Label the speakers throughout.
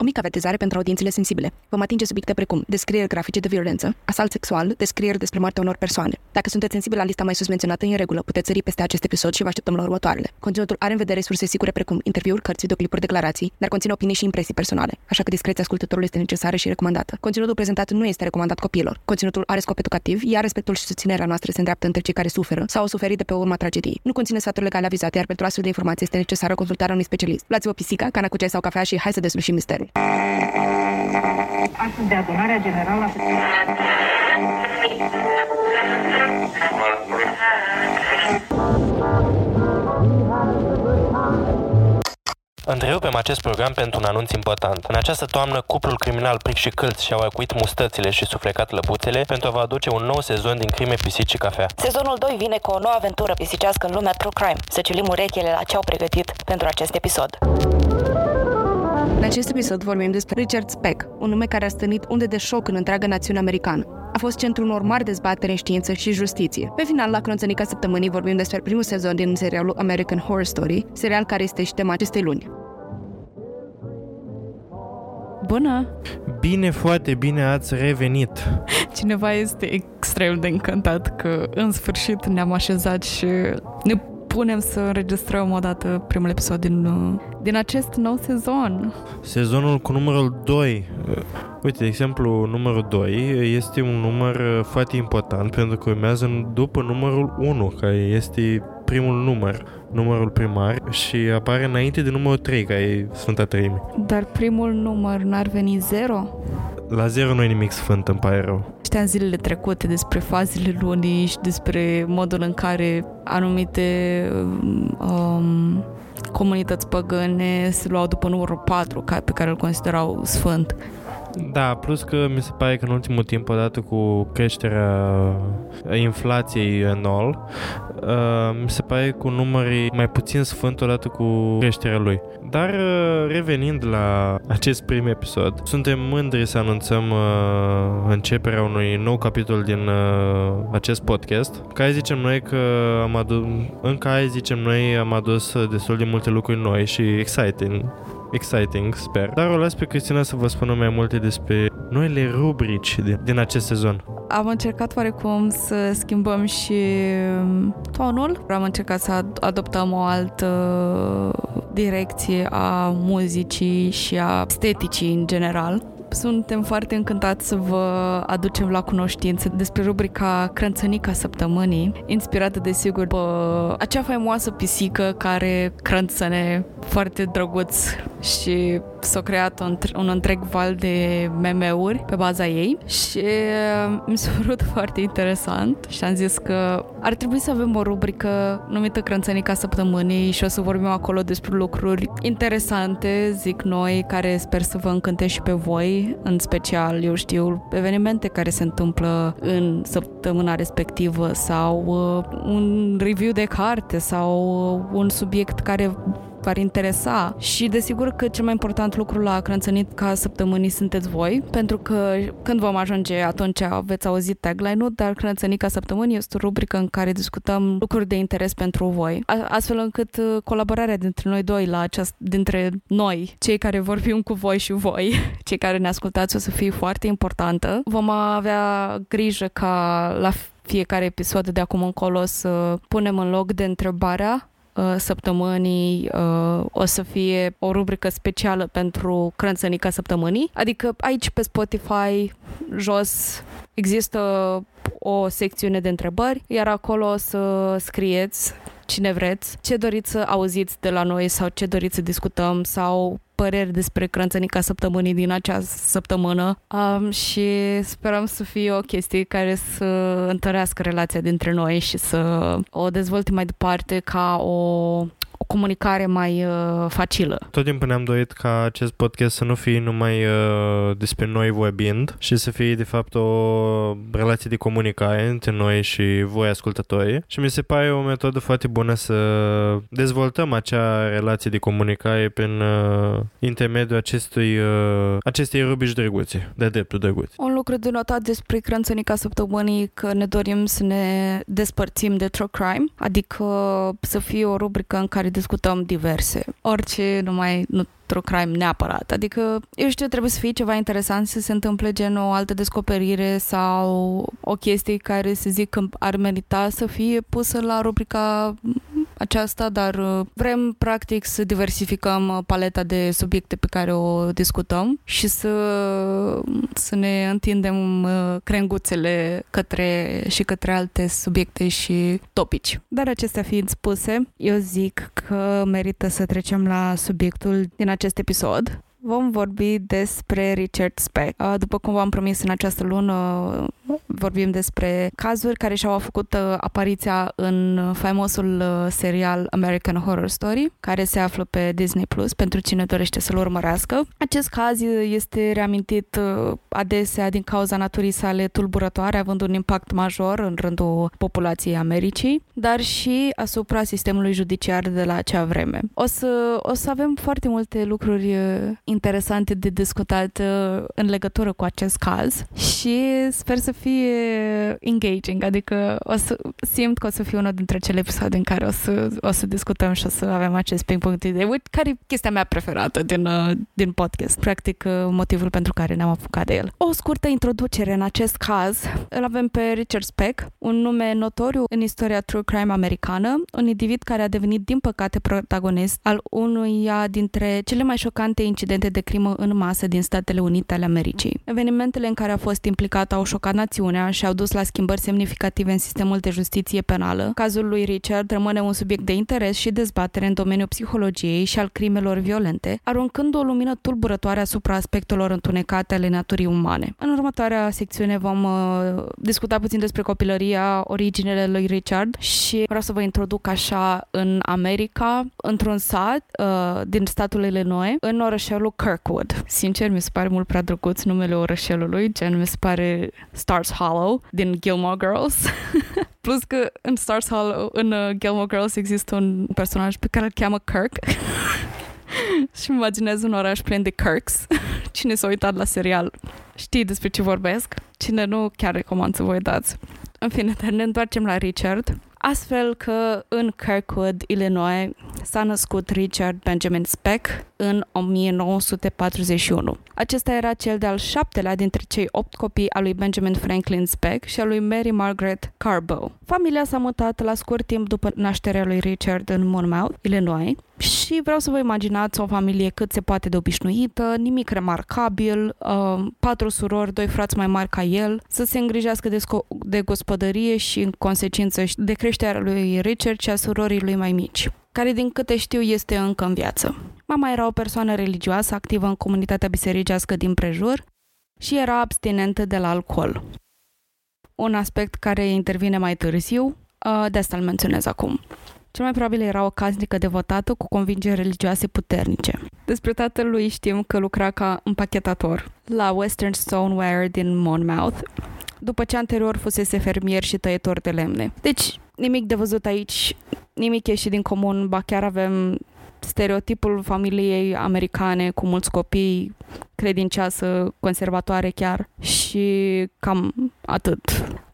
Speaker 1: o mică avertizare pentru audiențele sensibile. Vom atinge subiecte precum descrieri grafice de violență, asalt sexual, descrieri despre moartea unor persoane. Dacă sunteți sensibili la lista mai sus menționată, e în regulă, puteți sări peste acest episod și vă așteptăm la următoarele. Conținutul are în vedere surse sigure precum interviuri, cărți, videoclipuri, declarații, dar conține opinii și impresii personale, așa că discreția ascultătorului este necesară și recomandată. Conținutul prezentat nu este recomandat copiilor. Conținutul are scop educativ, iar respectul și susținerea noastră se îndreaptă între cei care suferă sau au suferit de pe urma tragediei. Nu conține sfaturi legale avizate, iar pentru astfel de informații este necesară consultarea unui specialist. Luați-vă pisica, cana cu ceai sau cafea și hai să deslușim misterul.
Speaker 2: Actul de adunare generală a
Speaker 3: Întrerupem acest program pentru un anunț important. În această toamnă, cuplul criminal Pric și Câlț și-au acuit mustățile și suflecat lăbuțele pentru a vă aduce un nou sezon din crime pisici și cafea.
Speaker 4: Sezonul 2 vine cu o nouă aventură pisicească în lumea True Crime. Să ciulim urechile la ce au pregătit pentru acest episod.
Speaker 1: În acest episod vorbim despre Richard Speck, un nume care a stănit unde de șoc în întreaga națiune americană. A fost centrul unor mari dezbatere în știință și justiție. Pe final, la cronțănica săptămânii, vorbim despre primul sezon din serialul American Horror Story, serial care este și tema acestei luni. Bună!
Speaker 5: Bine, foarte bine ați revenit.
Speaker 6: Cineva este extrem de încântat că în sfârșit ne-am așezat și ne punem să înregistrăm odată primul episod din, uh, din acest nou sezon.
Speaker 5: Sezonul cu numărul 2. Uite, de exemplu, numărul 2 este un număr uh, foarte important pentru că urmează în- după numărul 1, care este primul număr, numărul primar și apare înainte de numărul 3, care e Sfânta Treime.
Speaker 6: Dar primul număr n-ar veni zero?
Speaker 5: La 0 nu e nimic sfânt, îmi pare rău.
Speaker 6: Știam zilele trecute despre fazele lunii și despre modul în care anumite um, comunități păgâne se luau după numărul 4 ca, pe care îl considerau sfânt.
Speaker 5: Da, plus că mi se pare că în ultimul timp, odată cu creșterea inflației în all, uh, mi se pare cu numării mai puțin sfânt odată cu creșterea lui. Dar uh, revenind la acest prim episod, suntem mândri să anunțăm uh, începerea unui nou capitol din uh, acest podcast. Ca ai zicem noi că am adus, încă ai zicem noi am adus uh, destul de multe lucruri noi și exciting exciting, sper. Dar o las pe Cristina să vă spună mai multe despre noile rubrici din, din acest sezon.
Speaker 6: Am încercat oarecum să schimbăm și um, tonul. Am încercat să ad- adoptăm o altă direcție a muzicii și a esteticii în general. Suntem foarte încântați să vă aducem la cunoștință despre rubrica Crânțănica Săptămânii, inspirată de sigur după acea faimoasă pisică care crânțăne foarte drăguț și s-a creat un, între- un întreg val de meme-uri pe baza ei și uh, mi s-a părut foarte interesant și am zis că ar trebui să avem o rubrică numită Crânțănica Săptămânii și o să vorbim acolo despre lucruri interesante, zic noi, care sper să vă încânte și pe voi, în special, eu știu, evenimente care se întâmplă în săptămâna respectivă sau uh, un review de carte sau uh, un subiect care v-ar interesa și desigur că cel mai important lucru la Crânțănit ca săptămânii sunteți voi, pentru că când vom ajunge atunci veți auzit tagline-ul, dar Crânțănit ca săptămânii este o rubrică în care discutăm lucruri de interes pentru voi, a- astfel încât uh, colaborarea dintre noi doi la aceast- dintre noi, cei care vorbim cu voi și voi, cei care ne ascultați o să fie foarte importantă. Vom avea grijă ca la fiecare episod de acum încolo să punem în loc de întrebarea uh, săptămânii uh, o să fie o rubrică specială pentru Crânțănica Săptămânii. Adică aici pe Spotify, jos, există o secțiune de întrebări, iar acolo o să scrieți cine vreți, ce doriți să auziți de la noi sau ce doriți să discutăm sau păreri despre Crânțănica Săptămânii din această săptămână um, și sperăm să fie o chestie care să întărească relația dintre noi și să o dezvolte mai departe ca o, o comunicare mai uh, facilă.
Speaker 5: Tot timpul ne-am dorit ca acest podcast să nu fie numai uh, despre noi vorbind și să fie de fapt o relație de comunicare între noi și voi ascultătorii și mi se pare o metodă foarte bună să dezvoltăm acea relație de comunicare prin uh, intermediul acestui, uh, acestei rubrici drăguțe, de dreptul drăguțe.
Speaker 6: Un lucru de notat despre Crânțănica Săptămânii că ne dorim să ne despărțim de true crime, adică să fie o rubrică în care discutăm diverse. Orice, numai nu true crime neapărat. Adică, eu știu, trebuie să fie ceva interesant să se întâmple gen o altă descoperire sau o chestie care să zic că ar merita să fie pusă la rubrica aceasta, dar uh, vrem practic să diversificăm uh, paleta de subiecte pe care o discutăm și să, să ne întindem uh, crenguțele către, și către alte subiecte și topici. Dar acestea fiind spuse, eu zic că merită să trecem la subiectul din acest episod. Vom vorbi despre Richard Speck. Uh, După cum v-am promis în această lună, uh, vorbim despre cazuri care și-au făcut uh, apariția în faimosul uh, serial American Horror Story, care se află pe Disney Plus pentru cine dorește să-l urmărească. Acest caz uh, este reamintit uh, adesea din cauza naturii sale tulburătoare, având un impact major în rândul populației Americii, dar și asupra sistemului judiciar de la acea vreme. O să, o să avem foarte multe lucruri uh, interesante de discutat uh, în legătură cu acest caz și sper să fie engaging, adică o să simt că o să fie unul dintre cele episoade în care o să, o să discutăm și o să avem acest ping-pong de idei, Uite, care e chestia mea preferată din, uh, din podcast, practic uh, motivul pentru care ne-am apucat de el. O scurtă introducere în acest caz, îl avem pe Richard Speck, un nume notoriu în istoria true crime americană, un individ care a devenit din păcate protagonist al unuia dintre cele mai șocante incidente de crimă în masă din Statele Unite ale Americii. Evenimentele în care a fost implicat au șocat națiunea și au dus la schimbări semnificative în sistemul de justiție penală. Cazul lui Richard rămâne un subiect de interes și dezbatere în domeniul psihologiei și al crimelor violente, aruncând o lumină tulburătoare asupra aspectelor întunecate ale naturii umane. În următoarea secțiune vom uh, discuta puțin despre copilăria, originele lui Richard și vreau să vă introduc așa în America, într-un sat uh, din statul Illinois, în orășelul Kirkwood. Sincer, mi se pare mult prea drăguț numele orășelului, gen mi se pare Stars Hollow din Gilmore Girls. Plus că în Stars Hollow, în uh, Gilmore Girls există un personaj pe care îl cheamă Kirk. Și îmi imaginez un oraș plin de Kirks. Cine s-a uitat la serial știe despre ce vorbesc. Cine nu, chiar recomand să vă uitați. În fine, dar ne întoarcem la Richard. Astfel că în Kirkwood, Illinois, s-a născut Richard Benjamin Speck în 1941. Acesta era cel de-al șaptelea dintre cei opt copii al lui Benjamin Franklin Speck și al lui Mary Margaret Carbo. Familia s-a mutat la scurt timp după nașterea lui Richard în Monmouth, Illinois, și vreau să vă imaginați o familie cât se poate de obișnuită, nimic remarcabil, uh, patru surori, doi frați mai mari ca el, să se îngrijească de, sco- de gospodărie și, în consecință, și de creșterea lui Richard și a surorii lui mai mici care din câte știu este încă în viață. Mama era o persoană religioasă activă în comunitatea bisericească din prejur și era abstinentă de la alcool. Un aspect care intervine mai târziu, uh, de asta îl menționez acum. Cel mai probabil era o casnică devotată cu convingeri religioase puternice. Despre tatăl lui știm că lucra ca împachetator la Western Stoneware din Monmouth, după ce anterior fusese fermier și tăietor de lemne. Deci, nimic de văzut aici, nimic ieșit din comun, ba chiar avem stereotipul familiei americane cu mulți copii, credincioasă, conservatoare chiar și cam atât.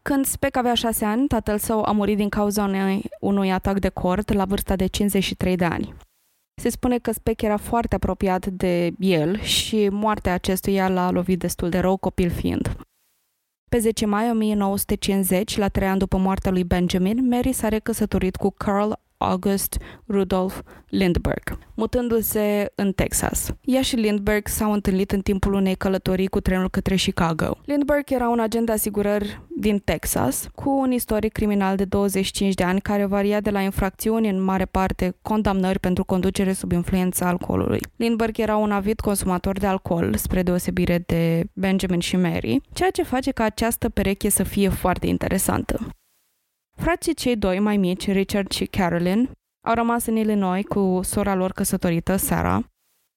Speaker 6: Când Speck avea șase ani, tatăl său a murit din cauza unei, unui atac de cort la vârsta de 53 de ani. Se spune că Speck era foarte apropiat de el și moartea acestuia l-a lovit destul de rău, copil fiind. Pe 10 mai 1950, la trei ani după moartea lui Benjamin, Mary s-a recăsătorit cu Carl August Rudolf Lindbergh, mutându-se în Texas. Ea și Lindbergh s-au întâlnit în timpul unei călătorii cu trenul către Chicago. Lindbergh era un agent de asigurări din Texas, cu un istoric criminal de 25 de ani care varia de la infracțiuni în mare parte condamnări pentru conducere sub influența alcoolului. Lindbergh era un avid consumator de alcool, spre deosebire de Benjamin și Mary, ceea ce face ca această pereche să fie foarte interesantă. Frații cei doi mai mici, Richard și Carolyn, au rămas în Illinois cu sora lor căsătorită, Sara,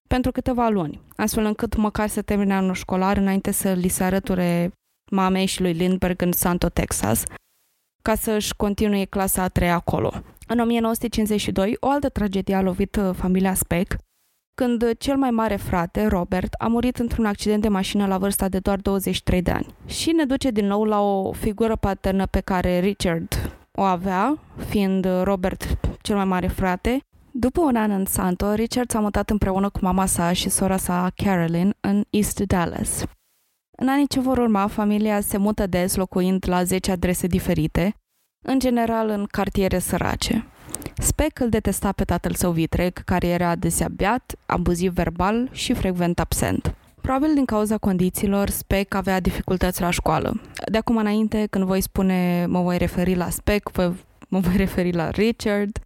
Speaker 6: pentru câteva luni, astfel încât măcar să termine anul școlar înainte să li se arăture mamei și lui Lindbergh în Santo, Texas, ca să-și continue clasa a treia acolo. În 1952, o altă tragedie a lovit uh, familia Speck, când cel mai mare frate, Robert, a murit într-un accident de mașină la vârsta de doar 23 de ani. Și ne duce din nou la o figură uh, paternă pe care Richard o avea, fiind Robert cel mai mare frate, După un an în Santo, Richard s-a mutat împreună cu mama sa și sora sa, Carolyn, în East Dallas. În anii ce vor urma, familia se mută des, locuind la 10 adrese diferite, în general în cartiere sărace. Speck îl detesta pe tatăl său vitreg, care era adesea beat, abuziv verbal și frecvent absent. Probabil din cauza condițiilor, Speck avea dificultăți la școală. De acum înainte, când voi spune mă voi referi la Speck, vă- mă voi referi la Richard,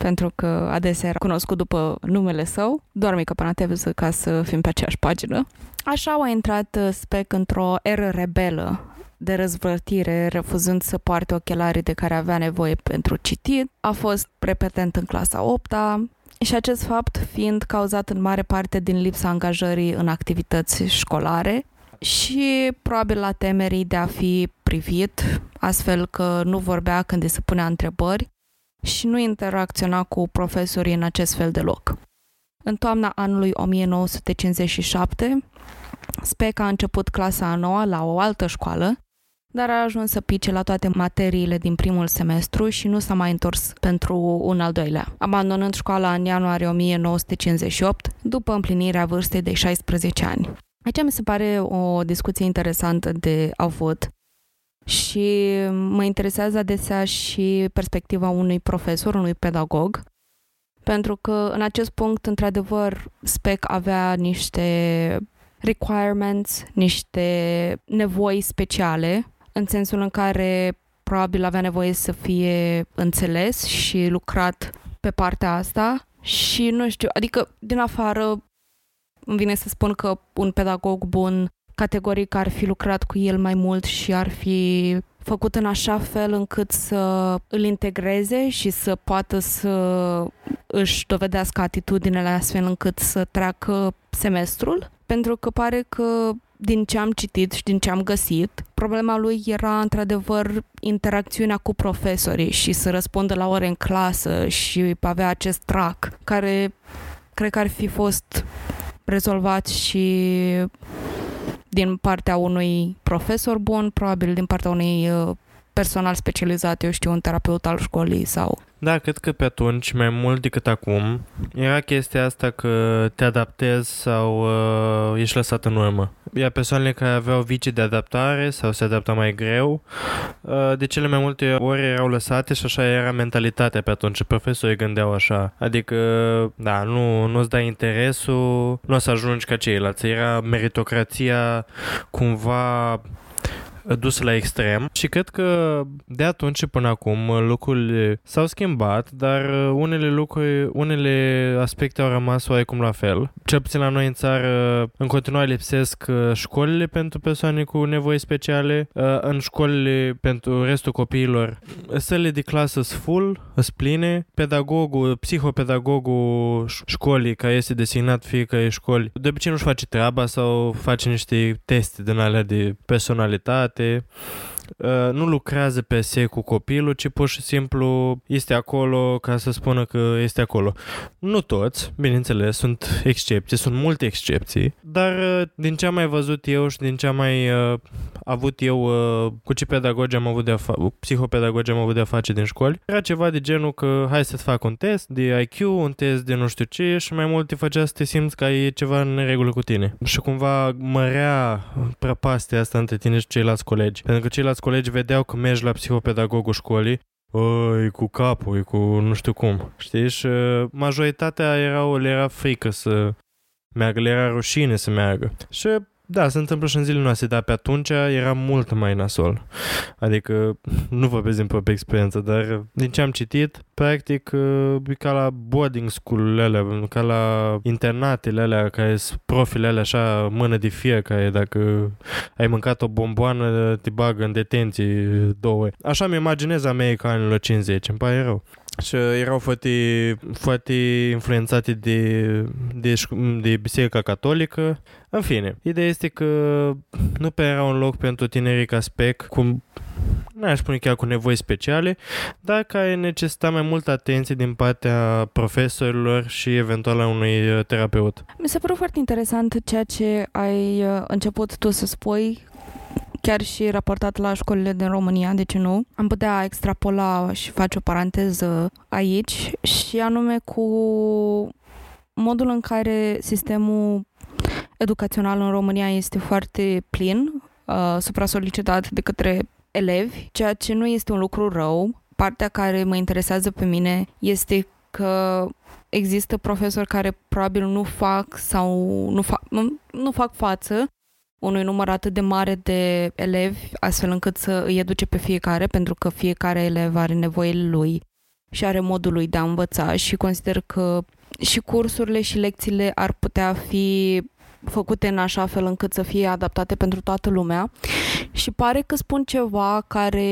Speaker 6: pentru că adesea era cunoscut după numele său, doar mică paranteză ca să fim pe aceeași pagină. Așa a intrat uh, Speck într-o eră rebelă de răzvrătire, refuzând să poarte ochelarii de care avea nevoie pentru citit. A fost repetent în clasa 8 și acest fapt fiind cauzat în mare parte din lipsa angajării în activități școlare și probabil la temerii de a fi privit, astfel că nu vorbea când îi se punea întrebări și nu interacționa cu profesorii în acest fel de loc. În toamna anului 1957, Speck a început clasa a noua la o altă școală, dar a ajuns să pice la toate materiile din primul semestru și nu s-a mai întors pentru un al doilea, abandonând școala în ianuarie 1958, după împlinirea vârstei de 16 ani. Aici mi se pare o discuție interesantă de avut și mă interesează adesea și perspectiva unui profesor, unui pedagog, pentru că în acest punct, într-adevăr, Speck avea niște requirements, niște nevoi speciale, în sensul în care probabil avea nevoie să fie înțeles și lucrat pe partea asta și nu știu, adică din afară îmi vine să spun că un pedagog bun categoric ar fi lucrat cu el mai mult și ar fi făcut în așa fel încât să îl integreze și să poată să își dovedească atitudinele astfel încât să treacă semestrul, pentru că pare că din ce am citit și din ce am găsit, problema lui era într-adevăr interacțiunea cu profesorii și să răspundă la ore în clasă și avea acest trac care cred că ar fi fost rezolvat și din partea unui profesor bun, probabil din partea unui uh, personal specializat, eu știu, un terapeut al școlii sau...
Speaker 5: Da, cred că pe atunci, mai mult decât acum, era chestia asta că te adaptezi sau uh, ești lăsat în urmă. Iar persoanele care aveau vicii de adaptare sau se adapta mai greu, uh, de cele mai multe ori erau lăsate și așa era mentalitatea pe atunci. Profesorii gândeau așa. Adică, da, nu, nu-ți dai interesul, nu o să ajungi ca ceilalți. Era meritocrația cumva uh, dus la extrem și cred că de atunci și până acum uh, lucrurile s-au schimbat, dar uh, unele lucruri, unele aspecte au rămas oarecum la fel. Cel puțin la noi în țară uh, în continuare lipsesc uh, școlile pentru persoane cu nevoi speciale, uh, în școlile pentru restul copiilor sălile de clasă sunt full, sunt pline, pedagogul, psihopedagogul ș- școlii care este designat fiecare școli, de obicei nu-și face treaba sau face niște teste din alea de personalitate, Uh, nu lucrează pe se cu copilul, ci pur și simplu este acolo ca să spună că este acolo. Nu toți, bineînțeles, sunt excepții, sunt multe excepții, dar uh, din ce am mai văzut eu și din ce am mai uh, avut eu, uh, cu ce pedagogi am avut de a fa- psihopedagogi am avut de a face din școli, era ceva de genul că hai să-ți fac un test de IQ, un test de nu știu ce și mai mult te făcea să te simți că e ceva în regulă cu tine. Și cumva mărea prăpastia asta între tine și ceilalți colegi. Pentru că ceilalți colegi vedeau că mergi la psihopedagogul școlii "Ă, e cu capul, e cu nu știu cum. Știi? Și uh, majoritatea erau, le era frică să meargă, le era rușine să meargă. Și da, se întâmplă și în zilele noastre, dar pe atunci era mult mai nasol. Adică, nu vorbesc din propria experiență, dar din ce am citit, practic uh, e ca la boarding school-urile alea, ca la internatele alea, care sunt profile alea așa, mână de fiecare, dacă ai mâncat o bomboană, te bagă în detenție două. ori. Așa mi imaginez America anilor 50, îmi pare rău. Și erau foarte, foarte influențate de, de, șc- de biserica catolică. În fine, ideea este că nu prea era un loc pentru tinerii ca spec, cu, n-aș spune chiar cu nevoi speciale, dar care necesita mai multă atenție din partea profesorilor și eventual a unui uh, terapeut.
Speaker 6: Mi s-a părut foarte interesant ceea ce ai uh, început tu să spui chiar și raportat la școlile din România, de ce nu? Am putea extrapola și face o paranteză aici și anume cu modul în care sistemul educațional în România este foarte plin, uh, supra-solicitat de către elevi, ceea ce nu este un lucru rău. Partea care mă interesează pe mine este că există profesori care probabil nu fac sau nu, fa- nu, nu fac față unui număr atât de mare de elevi, astfel încât să îi educe pe fiecare, pentru că fiecare elev are nevoile lui și are modul lui de a învăța și consider că și cursurile și lecțiile ar putea fi făcute în așa fel încât să fie adaptate pentru toată lumea și pare că spun ceva care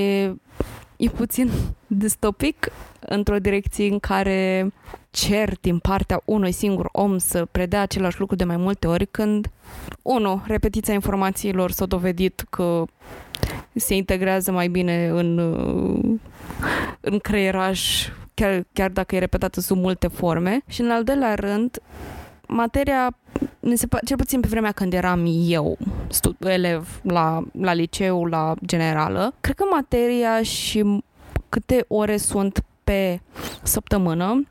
Speaker 6: e puțin distopic într-o direcție în care cer din partea unui singur om să predea același lucru de mai multe ori când, unu, repetiția informațiilor s-a dovedit că se integrează mai bine în, uh, în creieraș, chiar, chiar dacă e repetată sub multe forme. Și în al doilea rând, materia, mi se pa- cel puțin pe vremea când eram eu stu- elev la, la liceu, la generală, cred că materia și câte ore sunt pe săptămână,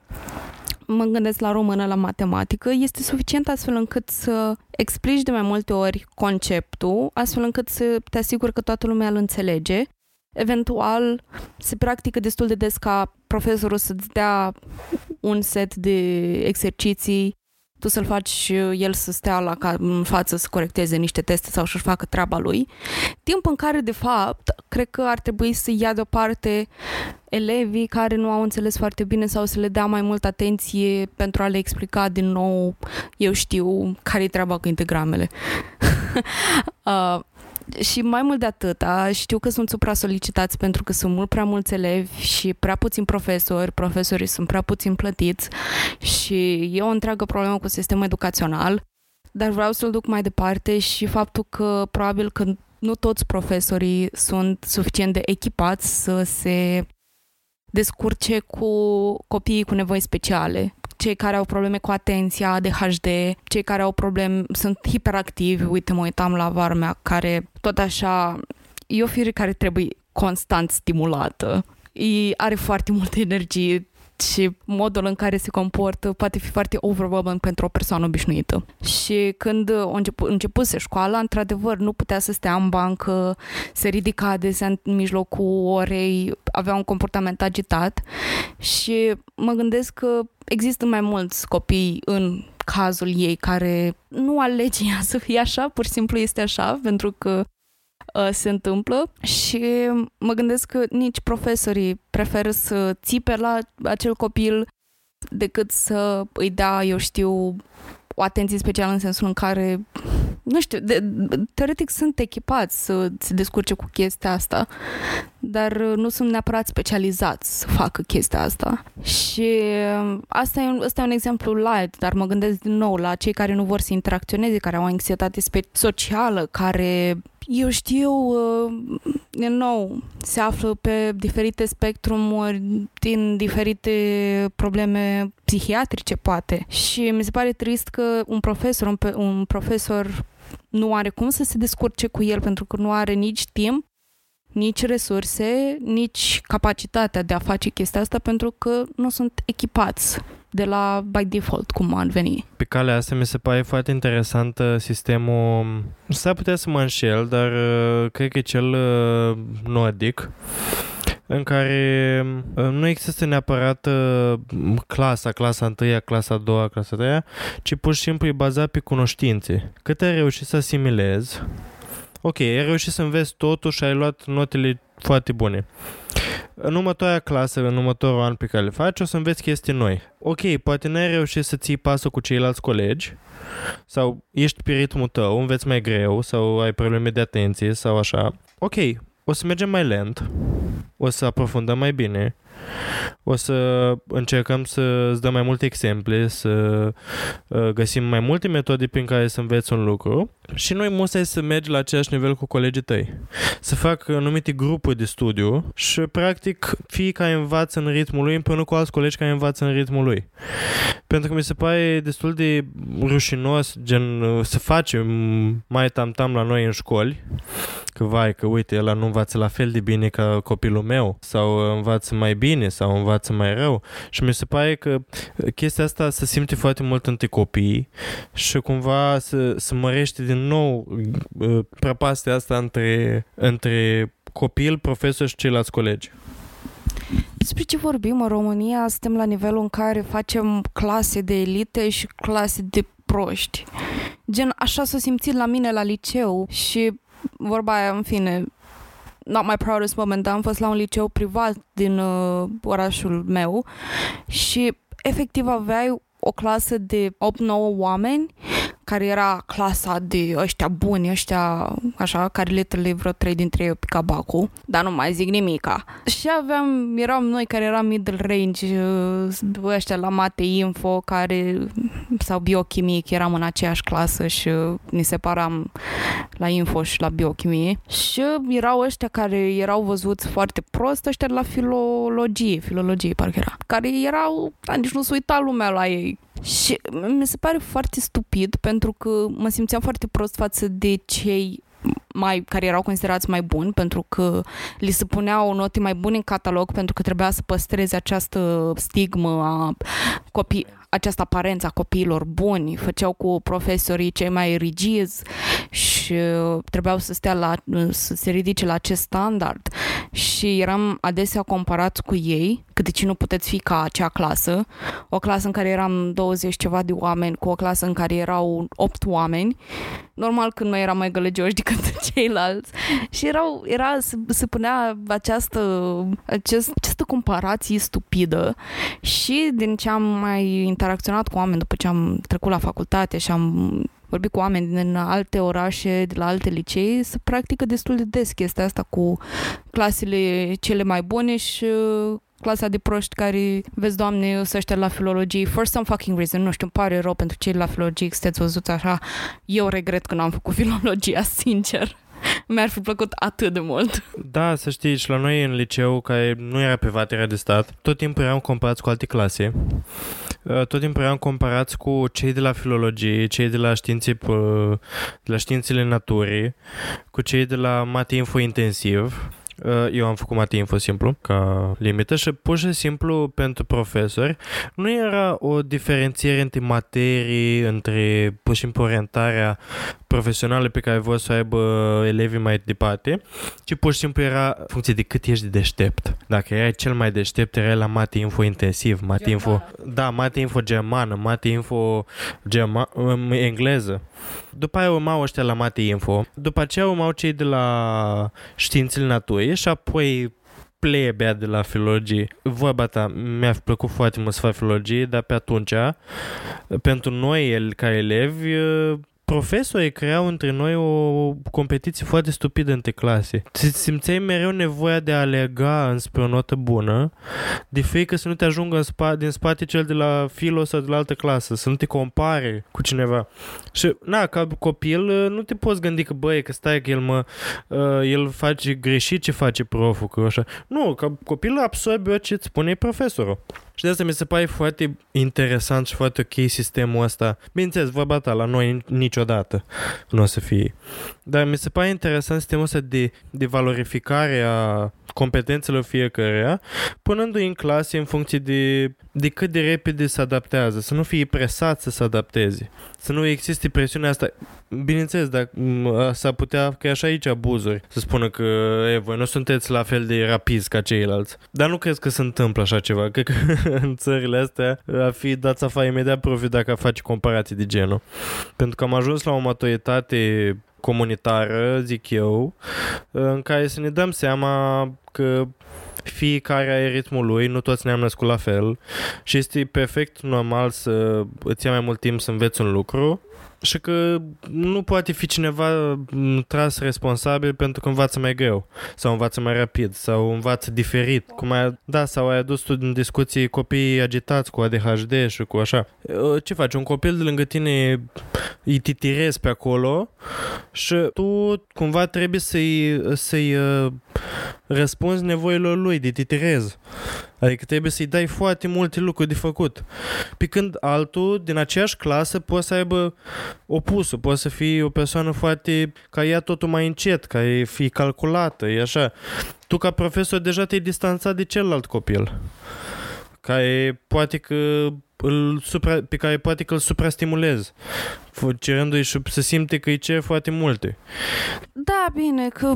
Speaker 6: mă gândesc la română, la matematică, este suficient astfel încât să explici de mai multe ori conceptul, astfel încât să te asiguri că toată lumea îl înțelege. Eventual, se practică destul de des ca profesorul să-ți dea un set de exerciții tu să-l faci el să stea la ca, în față să corecteze niște teste sau să-și facă treaba lui, timp în care, de fapt, cred că ar trebui să ia deoparte elevii care nu au înțeles foarte bine sau să le dea mai multă atenție pentru a le explica din nou, eu știu, care-i treaba cu integramele. uh, și mai mult de atâta, știu că sunt supra-solicitați pentru că sunt mult prea mulți elevi și prea puțini profesori, profesorii sunt prea puțin plătiți și e o întreagă problemă cu sistemul educațional, dar vreau să-l duc mai departe și faptul că probabil că nu toți profesorii sunt suficient de echipați să se descurce cu copiii cu nevoi speciale cei care au probleme cu atenția, ADHD, cei care au probleme, sunt hiperactivi, uite, mă uitam la varmea care tot așa, e o fire care trebuie constant stimulată. E, are foarte multă energie și modul în care se comportă poate fi foarte overwhelming pentru o persoană obișnuită. Și când a început, începuse școala, într-adevăr, nu putea să stea în bancă, se ridica adesea în mijlocul orei, avea un comportament agitat și mă gândesc că există mai mulți copii în cazul ei care nu alege ea să fie așa, pur și simplu este așa, pentru că uh, se întâmplă și mă gândesc că nici profesorii preferă să țipe la acel copil decât să îi dea, eu știu, o atenție specială în sensul în care, nu știu, de, teoretic sunt echipați să se descurce cu chestia asta, dar uh, nu sunt neapărat specializați să facă chestia asta. Și uh, asta e un, asta e un exemplu light, dar mă gândesc din nou la cei care nu vor să interacționeze, care au anxietate spe- socială, care eu știu, uh, din nou, se află pe diferite spectrumuri, din diferite probleme psihiatrice, poate. Și mi se pare trist că un profesor, un, pe- un profesor nu are cum să se descurce cu el, pentru că nu are nici timp, nici resurse, nici capacitatea de a face chestia asta, pentru că nu sunt echipați de la by default, cum ar veni.
Speaker 5: Pe calea asta mi se pare foarte interesant uh, sistemul, s-ar putea să mă înșel, dar uh, cred că e cel uh, nordic, în care uh, nu există neapărat uh, clasa, clasa 1, clasa 2, clasa 3, ci pur și simplu e bazat pe cunoștințe. Cât ai reușit să asimilezi, ok, ai reușit să înveți totul și ai luat notele foarte bune. În următoarea clasă, în următorul an pe care le faci, o să înveți chestii noi. Ok, poate n-ai reușit să ții pasul cu ceilalți colegi sau ești pe ritmul tău, înveți mai greu sau ai probleme de atenție sau așa. Ok, o să mergem mai lent, o să aprofundăm mai bine, o să încercăm să îți dăm mai multe exemple, să uh, găsim mai multe metode prin care să înveți un lucru și noi musai să mergi la același nivel cu colegii tăi. Să fac uh, anumite grupuri de studiu și practic fiecare învață în ritmul lui împreună cu alți colegi care învață în ritmul lui. Pentru că mi se pare destul de rușinos gen uh, să facem mai tam-tam la noi în școli Că vai, că uite, el nu învață la fel de bine ca copilul meu sau învață mai bine sau învață mai rău. Și mi se pare că chestia asta se simte foarte mult între copii și cumva se, se mărește din nou uh, prăpastia asta între, între copil, profesor și ceilalți colegi.
Speaker 6: Despre ce vorbim în România? Suntem la nivelul în care facem clase de elite și clase de proști. Gen, așa s-a simțit la mine la liceu și vorba aia, în fine, not my proudest moment, dar am fost la un liceu privat din uh, orașul meu și efectiv aveai o clasă de 8-9 oameni care era clasa de ăștia buni, ăștia așa, care literally vreo trei dintre ei pica bacul, dar nu mai zic nimica. Și aveam, eram noi care eram middle range, uh, ăștia la mate info, care sau biochimic, eram în aceeași clasă și uh, ne separam la info și la biochimie. Și uh, erau ăștia care erau văzuți foarte prost, ăștia la filologie, filologie parcă era, care erau, da, nici nu se uita lumea la ei, și uh, mi se pare foarte stupid pentru că mă simțeam foarte prost față de cei mai, care erau considerați mai buni pentru că li se puneau note mai bune în catalog pentru că trebuia să păstreze această stigmă a copii, această aparență a copiilor buni, făceau cu profesorii cei mai rigizi și uh, trebuiau să stea la, uh, să se ridice la acest standard și eram adesea comparat cu ei, că de ce nu puteți fi ca acea clasă, o clasă în care eram 20 ceva de oameni cu o clasă în care erau 8 oameni, normal că noi eram mai gălăgioși decât ceilalți și erau, era, se, se punea această, acest, această comparație stupidă și din ce am mai interacționat cu oameni după ce am trecut la facultate și am vorbit cu oameni din alte orașe, de la alte licei, se practică destul de des chestia asta cu clasele cele mai bune și uh, clasa de proști care, vezi, doamne, eu să ăștia la filologie, for some fucking reason, nu știu, îmi pare rău pentru cei la filologie că sunteți văzuți așa, eu regret că nu am făcut filologia, sincer. Mi-ar fi plăcut atât de mult.
Speaker 5: Da, să știi, și la noi în liceu, care nu era privat, era de stat, tot timpul eram comparați cu alte clase Uh, tot timpul eram comparați cu cei de la filologie, cei de la, științe, uh, de la științele naturii, cu cei de la mate info intensiv. Uh, Eu am făcut mate info simplu ca limită și pur și simplu pentru profesori nu era o diferențiere între materii, între pur și simplu orientarea profesională pe care vor să o aibă elevii mai departe, ci pur și simplu era funcție de cât ești de deștept. Dacă erai cel mai deștept, erai la mate info intensiv, mate info, da, mate info germană, mate info germa, engleză. După aia urmau ăștia la mate info, după aceea urmau cei de la științele naturii și apoi plebea de la filologie. Vorba ta, mi-a plăcut foarte mult să fac filologie, dar pe atunci, pentru noi, el, ca elevi, profesorii creau între noi o competiție foarte stupidă între clase. Simțeai mereu nevoia de a alerga înspre o notă bună, de frică să nu te ajungă în spa- din spate cel de la filo sau de la altă clasă, să nu te compare cu cineva. Și, na, ca copil, nu te poți gândi că, băi, că stai că el mă... uh, el face greșit ce face proful, că așa. Nu, ca copil absorbi orice îți spune profesorul. Și de asta mi se pare foarte interesant și foarte ok sistemul ăsta. Bineînțeles, vorba ta, la noi niciodată nu o să fie. Dar mi se pare interesant sistemul ăsta de, de valorificare a competențelor fiecăruia, punându-i în clase în funcție de, de cât de repede se adaptează, să nu fie presat să se adapteze, să nu existe presiunea asta. Bineînțeles, dacă s-ar putea că e așa aici abuzuri, să spună că e, voi nu sunteți la fel de rapizi ca ceilalți. Dar nu cred că se întâmplă așa ceva, cred că în țările astea a fi dat să faci imediat profit dacă a face comparații de genul. Pentru că am ajuns la o maturitate comunitară, zic eu, în care să ne dăm seama că fiecare are ritmul lui, nu toți ne-am născut la fel și este perfect normal să îți ia mai mult timp să înveți un lucru și că nu poate fi cineva tras responsabil pentru că învață mai greu sau învață mai rapid sau învață diferit. Cum ai, da, sau ai adus tu în discuții copiii agitați cu ADHD și cu așa. Ă, Ce faci? Un copil de lângă tine îi titirezi pe acolo și tu cumva trebuie să-i, să-i ă, răspunzi nevoilor lui de titirez. Adică trebuie să-i dai foarte multe lucruri de făcut. Pe când altul din aceeași clasă poate să aibă opusul, poate să fie o persoană foarte, ca ea totul mai încet, ca e fi calculată, e așa. Tu ca profesor deja te-ai distanțat de celălalt copil care poate că îl supra, pe care poate că îl suprastimulez, fă- cerându-i și să simte că îi cer foarte multe.
Speaker 6: Da, bine, că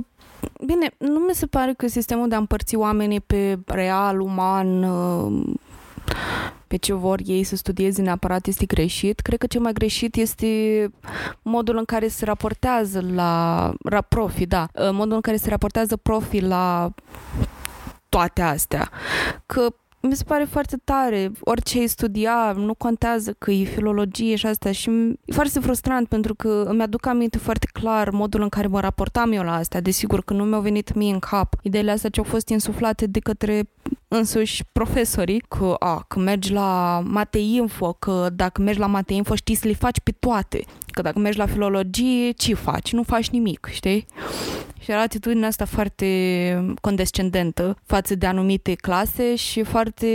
Speaker 6: Bine, nu mi se pare că sistemul de a împărți oamenii pe real, uman, uh, pe ce vor ei să studieze neapărat este greșit. Cred că cel mai greșit este modul în care se raportează la, la profi, da, Uh, modul în care se raportează profi la toate astea. Că mi se pare foarte tare, orice ai studia, nu contează că e filologie și asta și m- e foarte frustrant pentru că îmi aduc aminte foarte clar modul în care mă raportam eu la asta, desigur că nu mi-au venit mie în cap ideile astea ce au fost insuflate de către însuși profesorii că, a, că mergi la Mateinfo, că dacă mergi la Mateinfo știi să le faci pe toate, că dacă mergi la filologie, ce faci? Nu faci nimic, știi? Și era atitudinea asta foarte condescendentă față de anumite clase și foarte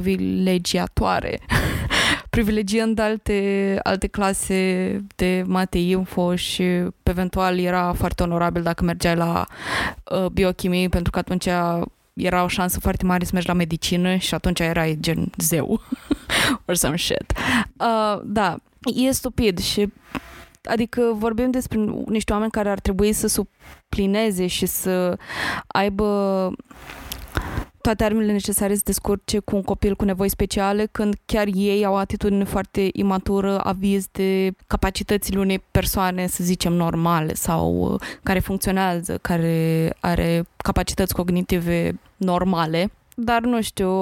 Speaker 6: privilegiatoare, privilegiind alte, alte clase de mate info și eventual era foarte onorabil dacă mergeai la uh, biochimie pentru că atunci era o șansă foarte mare să mergi la medicină și atunci erai gen zeu or some shit. Uh, da, e stupid și adică vorbim despre niște oameni care ar trebui să suplineze și să aibă toate armele necesare să descurce cu un copil cu nevoi speciale, când chiar ei au o atitudine foarte imatură, aviz de capacitățile unei persoane, să zicem, normale sau uh, care funcționează, care are capacități cognitive normale. Dar nu știu,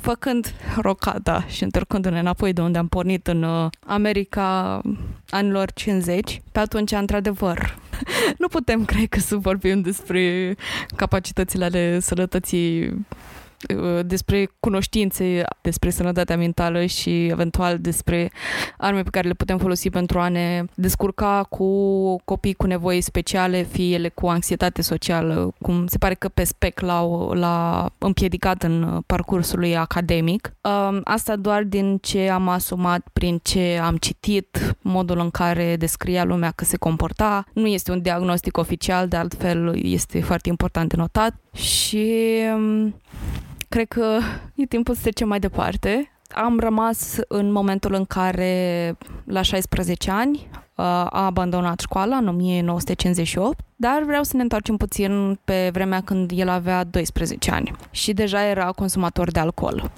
Speaker 6: făcând rocada și întorcându-ne înapoi de unde am pornit în uh, America anilor 50, pe atunci, într-adevăr, nu putem, cred că, să vorbim despre capacitățile ale sănătății uh, despre cunoștințe, despre sănătatea mentală și eventual despre arme pe care le putem folosi pentru a ne descurca cu copii cu nevoi speciale, fie ele cu anxietate socială, cum se pare că pe spec l-au, l-a împiedicat în uh, parcursul lui academic. Um, Asta doar din ce am asumat, prin ce am citit, modul în care descria lumea că se comporta. Nu este un diagnostic oficial, de altfel este foarte important de notat și um, cred că e timpul să trecem mai departe. Am rămas în momentul în care, la 16 ani, uh, a abandonat școala în 1958, dar vreau să ne întoarcem puțin pe vremea când el avea 12 ani și deja era consumator de alcool.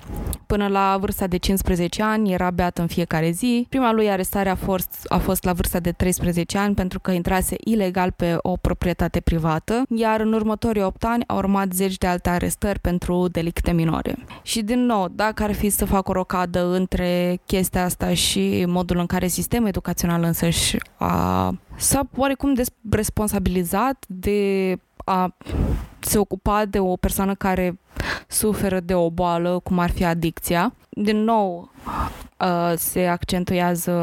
Speaker 6: Până la vârsta de 15 ani era beat în fiecare zi. Prima lui arestare a fost, a fost la vârsta de 13 ani pentru că intrase ilegal pe o proprietate privată, iar în următorii 8 ani au urmat zeci de alte arestări pentru delicte minore. Și din nou, dacă ar fi să fac o rocadă între chestia asta și modul în care sistemul educațional însăși a s-a oarecum responsabilizat de a se ocupa de o persoană care suferă de o boală, cum ar fi adicția. Din nou, uh, se accentuează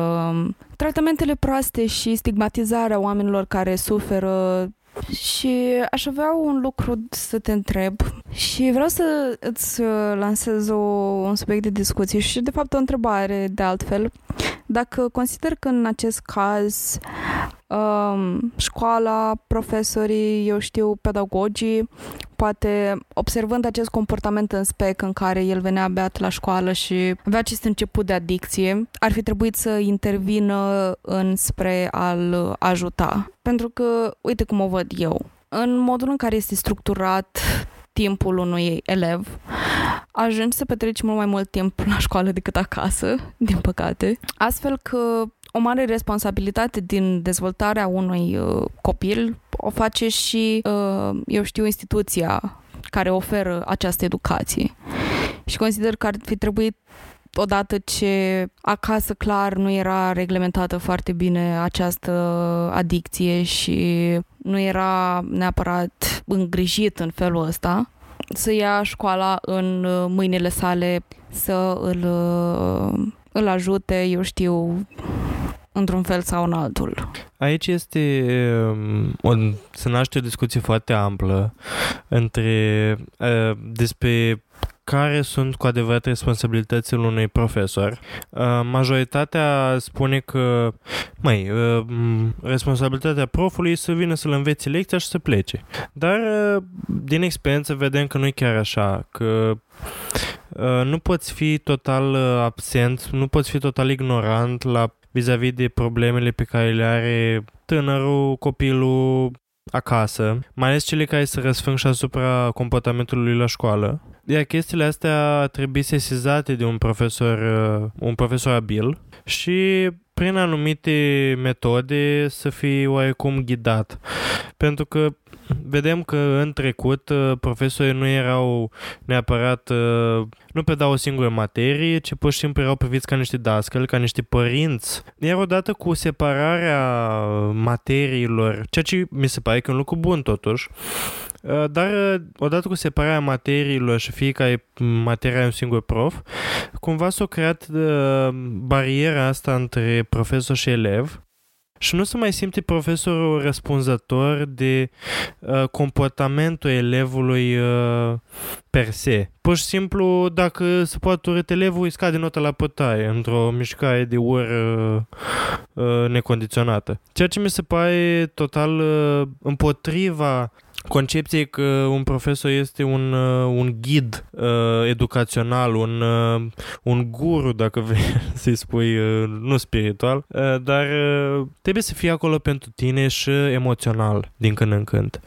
Speaker 6: tratamentele proaste și stigmatizarea oamenilor care suferă și aș avea un lucru să te întreb și vreau să îți uh, lansez o, un subiect de discuție și de fapt o întrebare de altfel. Dacă consider că în acest caz um, școala, profesorii, eu știu, pedagogii, poate observând acest comportament în spec în care el venea beat la școală și avea acest început de adicție, ar fi trebuit să intervină înspre a-l ajuta. Pentru că, uite cum o văd eu, în modul în care este structurat timpul unui elev, ajungi să petreci mult mai mult timp la școală decât acasă, din păcate. Astfel că o mare responsabilitate din dezvoltarea unui uh, copil o face și, uh, eu știu, instituția care oferă această educație. Și consider că ar fi trebuit odată ce acasă clar nu era reglementată foarte bine această adicție și nu era neapărat îngrijit în felul ăsta, să ia școala în uh, mâinile sale, să îl, uh, îl ajute, eu știu, într-un fel sau în altul.
Speaker 5: Aici este um, un, se naște o discuție foarte amplă între uh, despre care sunt cu adevărat responsabilitățile unui profesor. Uh, majoritatea spune că, mai responsabilitatea profului e să vină să-l înveți lecția și să plece. Dar, uh, din experiență, vedem că nu e chiar așa, că uh, nu poți fi total uh, absent, nu poți fi total ignorant la vis-a-vis de problemele pe care le are tânărul, copilul acasă, mai ales cele care se răsfrâng și asupra comportamentului la școală. Iar chestiile astea trebuie sesizate de un profesor, uh, un profesor abil și prin anumite metode să fie oarecum ghidat. Pentru că vedem că în trecut uh, profesorii nu erau neapărat, uh, nu predau o singură materie, ci pur și simplu erau priviți ca niște dascăli, ca niște părinți. Iar odată cu separarea materiilor, ceea ce mi se pare că e un lucru bun totuși, uh, dar uh, odată cu separarea materiilor și fiecare materie are un singur prof, cumva s-a creat uh, bariera asta între profesor și elev și nu se mai simte profesorul răspunzător de uh, comportamentul elevului uh, per se. Pur și simplu, dacă se poate urât elevul, îi scade nota la pătaie într-o mișcare de ură uh, uh, necondiționată. Ceea ce mi se pare total uh, împotriva concepției că un profesor este un, uh, un ghid uh, educațional, un, uh, un guru, dacă vrei să-i spui, uh, nu spiritual, uh, dar uh, trebuie să fie acolo pentru tine și emoțional, din când în când.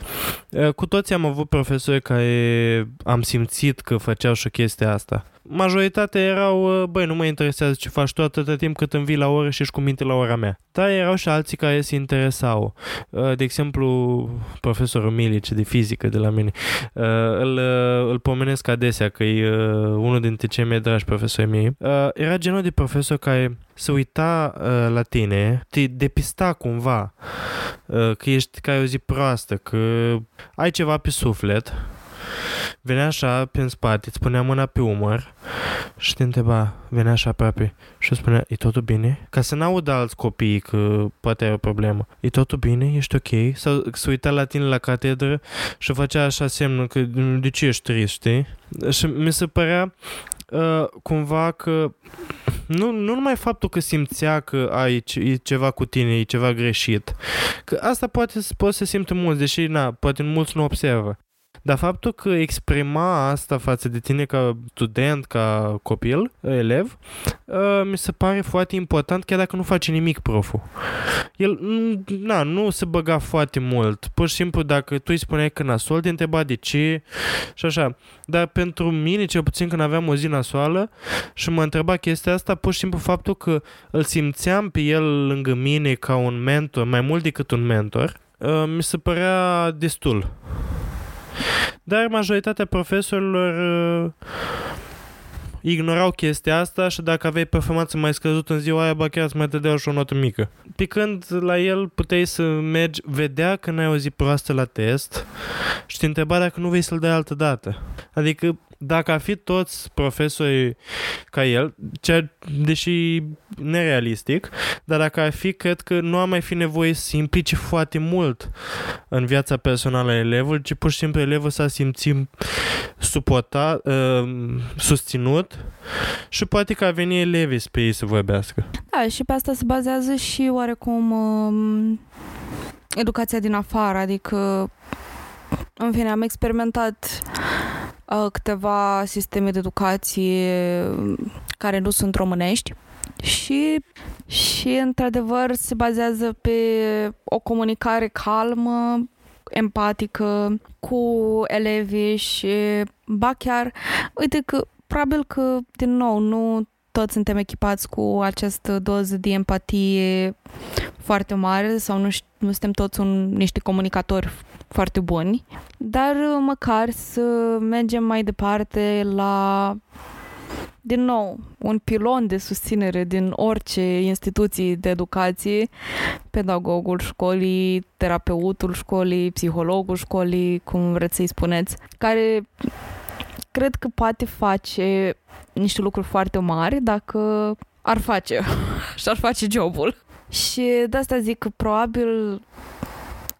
Speaker 5: Uh, Cu toții am avut profesori care am simțit că făceau și chestia asta. Majoritatea erau, uh, băi, nu mă interesează ce faci tu atâta timp cât îmi vii la oră și ești cu minte la ora mea. Dar erau și alții care se interesau. Uh, De exemplu, profesorul Milice de fizică de la mine. Uh, Îl, uh, îl pomenesc adesea că e uh, unul dintre cei mai dragi profesori mei. Uh, Era genul de profesor care se uita uh, la tine, te depista cumva uh, că ești că ai o zi proastă, că ai ceva pe suflet. Venea așa prin spate, îți punea mâna pe umăr și te întreba, venea așa aproape și îți spunea, e totul bine? Ca să n-audă alți copii că poate ai o problemă. E totul bine? Ești ok? Sau se uita la tine la catedră și făcea așa semnul că de ce ești trist, știi? Și mi se părea uh, cumva că nu, nu numai faptul că simțea că ai ce- e ceva cu tine, e ceva greșit, că asta poate, să- poate să simtă mulți, deși na, poate mulți nu observă. Dar faptul că exprima asta față de tine ca student, ca copil, elev, uh, mi se pare foarte important chiar dacă nu face nimic proful. El mm, na, nu se băga foarte mult. Pur și simplu dacă tu îi spuneai că nasol, te întreba de ce și așa. Dar pentru mine, cel puțin când aveam o zi nasoală și mă întreba chestia asta, pur și simplu faptul că îl simțeam pe el lângă mine ca un mentor, mai mult decât un mentor, uh, mi se părea destul. Dar majoritatea profesorilor uh, ignorau chestia asta și dacă aveai performanță mai scăzută în ziua aia, ba chiar îți mai dădeau și o notă mică. Picând la el, puteai să mergi, vedea că n-ai o zi proastă la test și te întreba dacă nu vei să-l dai altă dată. Adică dacă ar fi toți profesorii ca el, ceea, deși e nerealistic, dar dacă ar fi, cred că nu ar mai fi nevoie să se implice foarte mult în viața personală a elevului, ci pur și simplu elevul s-a simțit suportat, uh, susținut și poate că a venit elevii spre ei să vorbească.
Speaker 6: Da, și pe asta se bazează și oarecum um, educația din afară, adică în fine, am experimentat uh, câteva sisteme de educație um, care nu sunt românești și, și într-adevăr se bazează pe o comunicare calmă, empatică cu elevii și ba chiar, uite că probabil că din nou nu toți suntem echipați cu această doză de empatie foarte mare sau nu, ș- nu suntem toți un, niște comunicatori foarte buni, dar uh, măcar să mergem mai departe la din nou, un pilon de susținere din orice instituții de educație, pedagogul școlii, terapeutul școlii, psihologul școlii, cum vreți să-i spuneți, care cred că poate face niște lucruri foarte mari dacă ar face și ar face jobul. Și de asta zic că probabil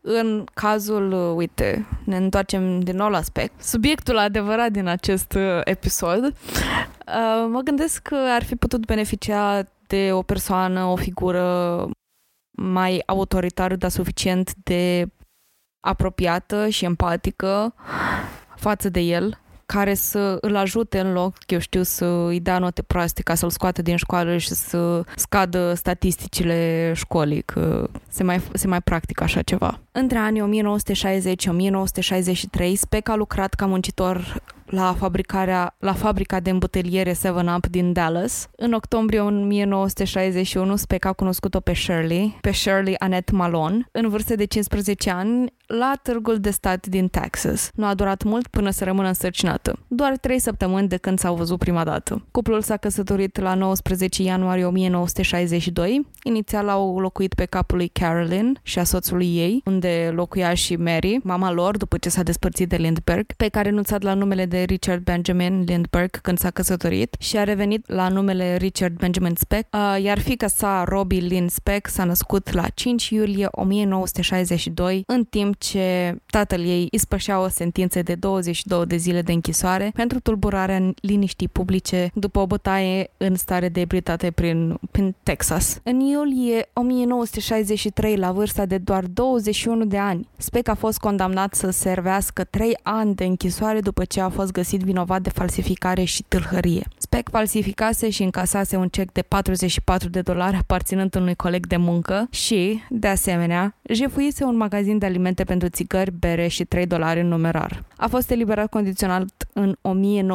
Speaker 6: în cazul, uite, ne întoarcem din nou la aspect. Subiectul adevărat din acest uh, episod, uh, mă gândesc că ar fi putut beneficia de o persoană, o figură mai autoritară, dar suficient de apropiată și empatică față de el, care să îl ajute în loc, eu știu, să îi dea note proaste ca să-l scoată din școală și să scadă statisticile școlii, că se mai, se mai practică așa ceva. Între anii 1960-1963, Speck a lucrat ca muncitor la, fabricarea, la fabrica de îmbuteliere 7-Up din Dallas. În octombrie 1961, Speck a cunoscut-o pe Shirley, pe Shirley Annette Malone, în vârstă de 15 ani, la târgul de stat din Texas. Nu a durat mult până să rămână însărcinată. Doar trei săptămâni de când s-au văzut prima dată. Cuplul s-a căsătorit la 19 ianuarie 1962. Inițial au locuit pe capul lui Carolyn și a soțului ei, unde locuia și Mary, mama lor, după ce s-a despărțit de Lindbergh, pe care nu ți-a dat la numele de Richard Benjamin Lindbergh când s-a căsătorit și a revenit la numele Richard Benjamin Speck, uh, iar fica sa, Robbie Lynn Speck, s-a născut la 5 iulie 1962, în timp ce tatăl ei ispășea o sentință de 22 de zile de închisoare pentru tulburarea liniștii publice după o bătaie în stare de ebrietate prin, prin Texas. În iulie 1963, la vârsta de doar 21 de ani, Speck a fost condamnat să servească 3 ani de închisoare după ce a fost găsit vinovat de falsificare și tâlhărie. Speck falsificase și încasase un cec de 44 de dolari aparținând unui coleg de muncă și, de asemenea, jefuise un magazin de alimente pentru țigări, bere și 3 dolari în numerar. A fost eliberat condițional în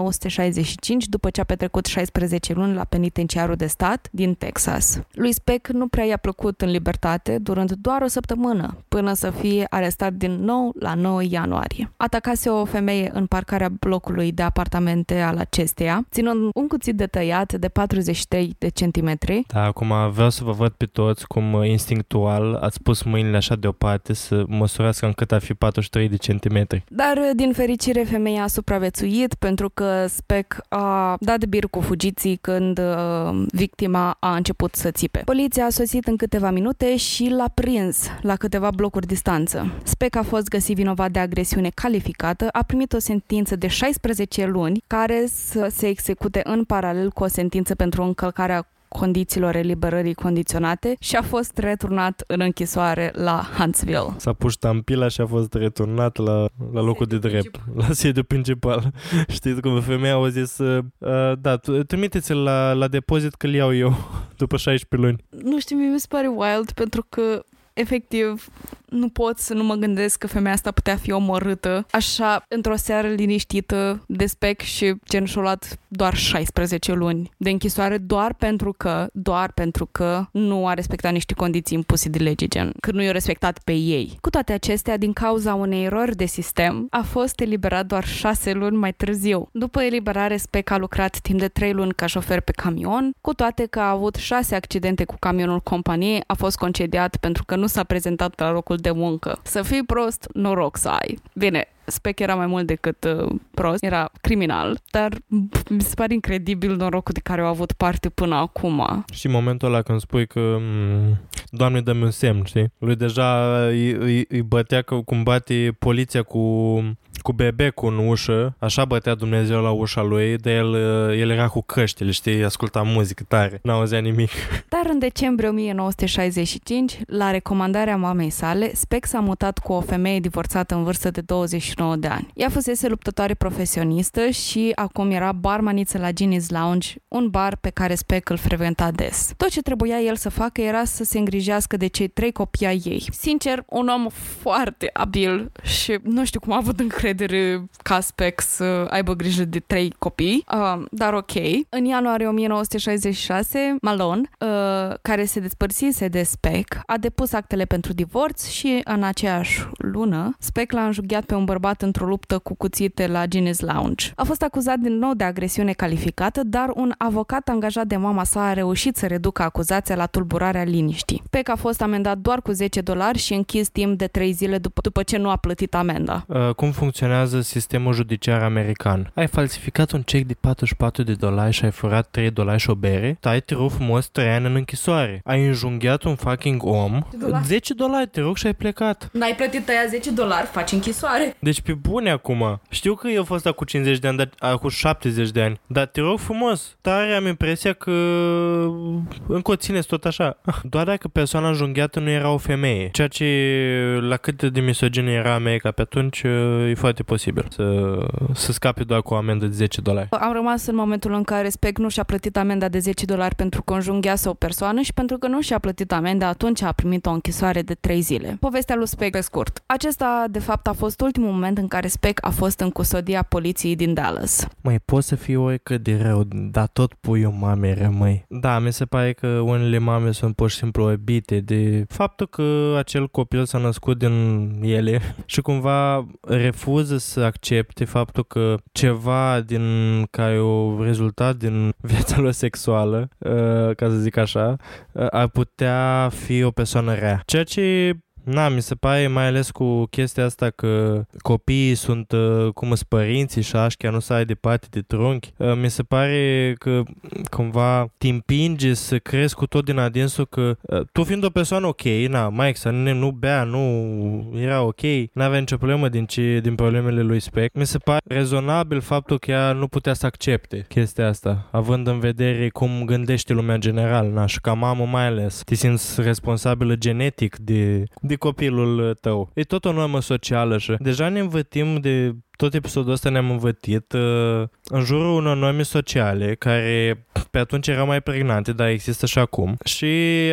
Speaker 6: 1965 după ce a petrecut 16 luni la penitenciarul de stat din Texas. Lui Speck nu prea i-a plăcut în libertate, durând doar o săptămână, până să fie arestat din nou la 9 ianuarie. Atacase o femeie în parcarea blocului de apartamente al acesteia, ținând un cuțit de tăiat de 43 de centimetri
Speaker 5: Da, acum vreau să vă văd pe toți cum uh, instinctual ați pus mâinile așa deoparte să măsurați cam cât ar fi 43 de centimetri.
Speaker 6: Dar, uh, din fericire, femeia a supraviețuit pentru că Speck a dat bir cu fugiții când uh, victima a început să țipe. Poliția a sosit în câteva minute și l-a prins la câteva blocuri distanță. Speck a fost găsit vinovat de agresiune calificată, a primit o sentință de 16 luni care să se execute în paralel cu o sentință pentru încălcarea condițiilor eliberării condiționate și a fost returnat în închisoare la Huntsville.
Speaker 5: S-a pus tampila și a fost returnat la, la locul de drept, la sediu principal. Știți cum femeia au zis, uh, uh, da, tu- trimiteți-l la, la depozit că-l iau eu după 16 luni.
Speaker 6: nu știu, mie mi se pare wild pentru că efectiv nu pot să nu mă gândesc că femeia asta putea fi omorâtă așa într-o seară liniștită de spec și gen și-a luat doar 16 luni de închisoare doar pentru că, doar pentru că nu a respectat niște condiții impuse de lege, gen că nu i-a respectat pe ei. Cu toate acestea, din cauza unei erori de sistem, a fost eliberat doar 6 luni mai târziu. După eliberare, Speck a lucrat timp de 3 luni ca șofer pe camion, cu toate că a avut 6 accidente cu camionul companiei, a fost concediat pentru că nu s-a prezentat la locul de muncă. Să fii prost, noroc să ai. Bine, Speck era mai mult decât uh, prost, era criminal, dar pf, mi se pare incredibil norocul de care au avut parte până acum.
Speaker 5: Și în momentul ăla când spui că, mm, doamne, dă-mi un semn, știi? Lui deja îi, îi, îi bătea că, cum bate poliția cu cu bebecul în ușă, așa bătea Dumnezeu la ușa lui, de el, uh, el era cu căștile, știi, asculta muzică tare, n-auzea nimic.
Speaker 6: Dar în decembrie 1965, la recomandarea mamei sale, Speck s-a mutat cu o femeie divorțată în vârstă de 29 de ani. Ea fusese luptătoare profesionistă și acum era barmaniță la Ginny's Lounge, un bar pe care Speck îl frecventa des. Tot ce trebuia el să facă era să se îngrijească de cei trei copii ai ei. Sincer, un om foarte abil și nu știu cum a avut încredere ca Speck să aibă grijă de trei copii, uh, dar ok. În ianuarie 1966, Malone, uh, care se despărțise de Speck, a depus actele pentru divorț și în aceeași lună, Speck l-a înjughiat pe un bărbat într-o luptă cu cuțite la Ginny's Lounge. A fost acuzat din nou de agresiune calificată, dar un avocat angajat de mama sa a reușit să reducă acuzația la tulburarea liniștii. Speck a fost amendat doar cu 10 dolari și închis timp de 3 zile după, după ce nu a plătit amenda.
Speaker 5: Uh, cum funcționează sistemul judiciar american. Ai falsificat un cec de 44 de dolari și ai furat 3 dolari și o bere, tai te rog frumos 3 ani în închisoare. Ai înjunghiat un fucking om,
Speaker 6: dolari.
Speaker 5: 10 dolari te rog și ai plecat.
Speaker 6: N-ai plătit aia 10 dolari, faci închisoare.
Speaker 5: Deci pe bune acum. Știu că eu fost acum 50 de ani, dar acum 70 de ani. Dar te rog frumos, tare am impresia că încă o țineți tot așa. Ah, Doar dacă persoana înjunghiată nu era o femeie. Ceea ce la cât de misogină era America pe atunci, eh, e foarte posibil să, să scape doar cu o amendă de 10 dolari.
Speaker 6: Am rămas în momentul în care Spec nu și-a plătit amenda de 10 dolari pentru că înjunghease o persoană și pentru că nu și-a plătit amenda, atunci a primit o închisoare de 3 zile. Povestea lui Spec pe scurt. Acesta, de fapt, a fost ultimul moment în care Spec a fost în custodia poliției din Dallas.
Speaker 5: Mai poți să fii oricât de rău, dar tot puiul mamei rămâi. Da, mi se pare că unele mame sunt pur și simplu obite de faptul că acel copil s-a născut din ele și cumva refuză să accepte faptul că ceva din ca e o rezultat din viața lor sexuală, uh, ca să zic așa, uh, ar putea fi o persoană rea. Ceea ce Na, mi se pare mai ales cu chestia asta că copiii sunt uh, cum sunt părinții și așa, chiar nu să ai de parte de trunchi. Uh, Mi se pare că cumva te împinge să crezi cu tot din adinsul că uh, tu fiind o persoană ok, na, Mike să ne nu bea, nu era ok, n-avea nicio problemă din, ce, din problemele lui Spec. Mi se pare rezonabil faptul că ea nu putea să accepte chestia asta, având în vedere cum gândește lumea în general, na, și ca mamă mai ales. Te simți responsabilă genetic de, de copilul tău. E tot o normă socială și deja ne învățim de tot episodul ăsta ne-am învătit uh, în jurul unor norme sociale care pe atunci erau mai pregnante, dar există și acum. Și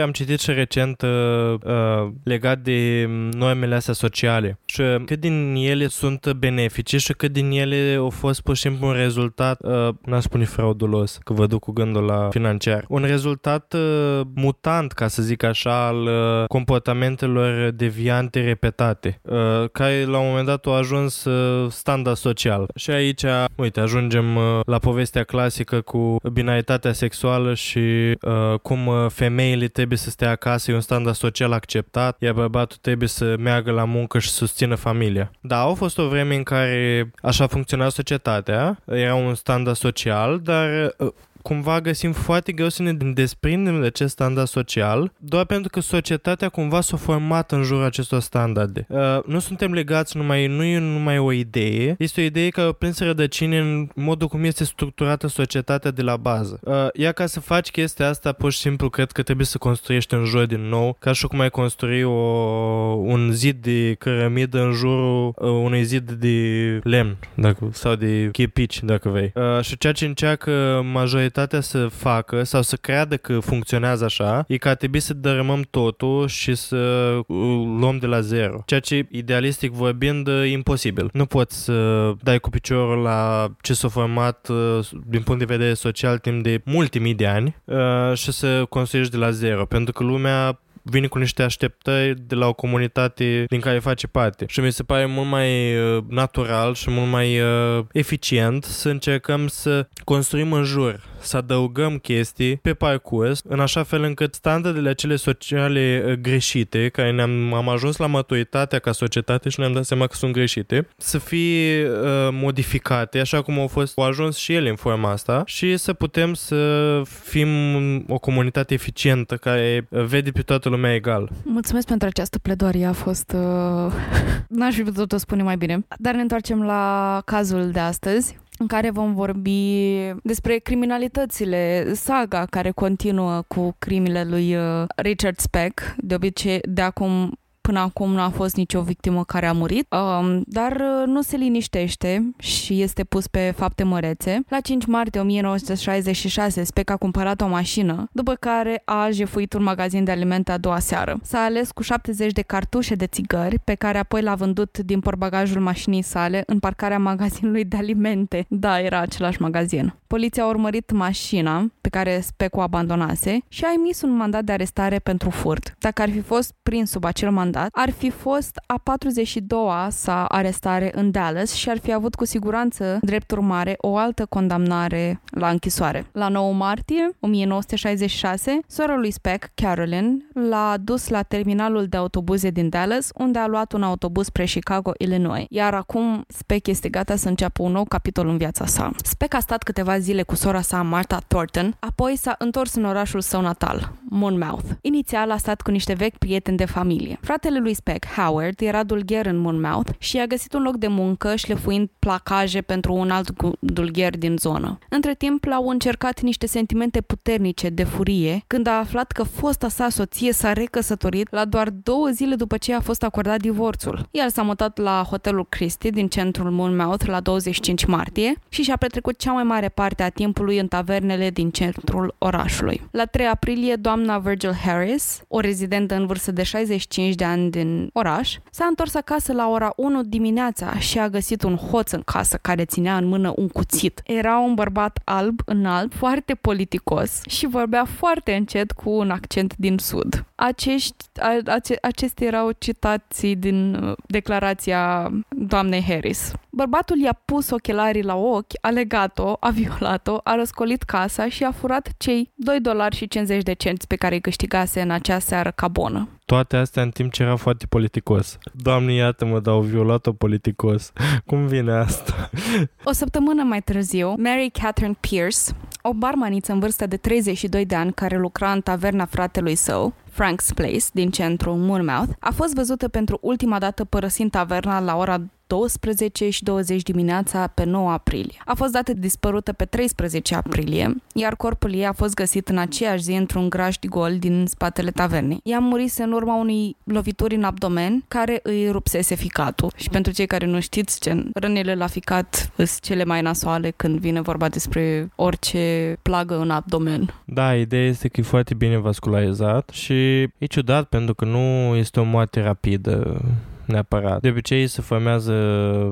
Speaker 5: am citit și recent uh, uh, legat de mm, normele astea sociale și uh, cât din ele sunt benefice și cât din ele au fost pur și simplu un rezultat, uh, n-aș spune fraudulos, că vă duc cu gândul la financiar, un rezultat uh, mutant, ca să zic așa, al uh, comportamentelor deviante repetate, uh, care la un moment dat au ajuns uh, standard social. Și aici, uite, ajungem uh, la povestea clasică cu binaritatea sexuală și uh, cum uh, femeile trebuie să stea acasă, e un standard social acceptat, iar bărbatul trebuie să meargă la muncă și să susțină familia. Da, au fost o vreme în care așa funcționa societatea, era un standard social, dar uh, cumva găsim foarte greu să ne desprindem de acest standard social, doar pentru că societatea cumva s-a format în jurul acestor standarde. Uh, nu suntem legați numai, nu e numai o idee, este o idee care a prins rădăcini în modul cum este structurată societatea de la bază. Uh, ea ca să faci chestia asta, pur și simplu cred că trebuie să construiești în jur din nou, ca și cum ai construi o, un zid de cărămidă în jurul uh, unui zid de lemn dacă, sau de chepici, dacă vrei. Uh, și ceea ce încearcă majoritatea societatea să facă sau să creadă că funcționează așa, e că ar trebui să dărâmăm totul și să uh, luăm de la zero. Ceea ce, idealistic vorbind, e imposibil. Nu poți să dai cu piciorul la ce s-a format uh, din punct de vedere social timp de multi mii de ani uh, și să construiești de la zero, pentru că lumea vine cu niște așteptări de la o comunitate din care face parte. Și mi se pare mult mai uh, natural și mult mai uh, eficient să încercăm să construim în jur, să adăugăm chestii pe parcurs, în așa fel încât standardele acele sociale uh, greșite, care ne-am am ajuns la maturitatea ca societate și ne-am dat seama că sunt greșite, să fie uh, modificate, așa cum au fost au ajuns și ele în forma asta și să putem să fim o comunitate eficientă care uh, vede pe toată lumea egal.
Speaker 6: Mulțumesc pentru această pledoarie, a fost... Uh... N-aș fi putut o spune mai bine. Dar ne întoarcem la cazul de astăzi în care vom vorbi despre criminalitățile, saga care continuă cu crimile lui uh, Richard Speck. De obicei, de acum până acum nu a fost nicio victimă care a murit, um, dar uh, nu se liniștește și este pus pe fapte mărețe. La 5 martie 1966, Speck a cumpărat o mașină, după care a jefuit un magazin de alimente a doua seară. S-a ales cu 70 de cartușe de țigări, pe care apoi l-a vândut din porbagajul mașinii sale în parcarea magazinului de alimente. Da, era același magazin. Poliția a urmărit mașina pe care Speck o abandonase și a emis un mandat de arestare pentru furt. Dacă ar fi fost prins sub acel mandat, dat, ar fi fost a 42-a sa arestare în Dallas și ar fi avut cu siguranță, drept urmare, o altă condamnare la închisoare. La 9 martie 1966, sora lui Speck, Carolyn, l-a dus la terminalul de autobuze din Dallas, unde a luat un autobuz spre Chicago, Illinois. Iar acum Speck este gata să înceapă un nou capitol în viața sa. Speck a stat câteva zile cu sora sa, Martha Thornton, apoi s-a întors în orașul său natal, Monmouth. Inițial a stat cu niște vechi prieteni de familie. Fratele lui Speck, Howard, era dulgher în Monmouth și i-a găsit un loc de muncă șlefuind placaje pentru un alt gu- dulgher din zonă. Între timp l-au încercat niște sentimente puternice de furie când a aflat că fosta sa soție s-a recăsătorit la doar două zile după ce a fost acordat divorțul. El s-a mutat la hotelul Christie din centrul Monmouth la 25 martie și și-a petrecut cea mai mare parte a timpului în tavernele din centrul orașului. La 3 aprilie, doamna Virgil Harris, o rezidentă în vârstă de 65 de ani din oraș, s-a întors acasă la ora 1 dimineața și a găsit un hoț în casă care ținea în mână un cuțit. Era un bărbat alb, înalt, foarte politicos și vorbea foarte încet cu un accent din sud. Acești, a, ace, acestea erau citații din uh, declarația doamnei Harris. Bărbatul i-a pus ochelarii la ochi, a legat-o, a violat-o, a răscolit casa și a furat cei 2 dolari și 50 de cenți pe care îi câștigase în acea seară ca bonă.
Speaker 5: Toate astea în timp ce era foarte politicos. Doamne, iată-mă, dar au violat-o politicos. Cum vine asta?
Speaker 6: O săptămână mai târziu, Mary Catherine Pierce, o barmaniță în vârstă de 32 de ani care lucra în taverna fratelui său, Frank's Place, din centrul Monmouth, a fost văzută pentru ultima dată părăsind taverna la ora 12 și 20 dimineața pe 9 aprilie. A fost dată dispărută pe 13 aprilie, iar corpul ei a fost găsit în aceeași zi într-un graș gol din spatele tavernei. Ea murise în urma unei lovituri în abdomen care îi rupsese ficatul. Și pentru cei care nu știți ce rănile la ficat sunt cele mai nasoale când vine vorba despre orice plagă în abdomen.
Speaker 5: Da, ideea este că e foarte bine vascularizat și e ciudat pentru că nu este o moarte rapidă neapărat. De obicei se formează,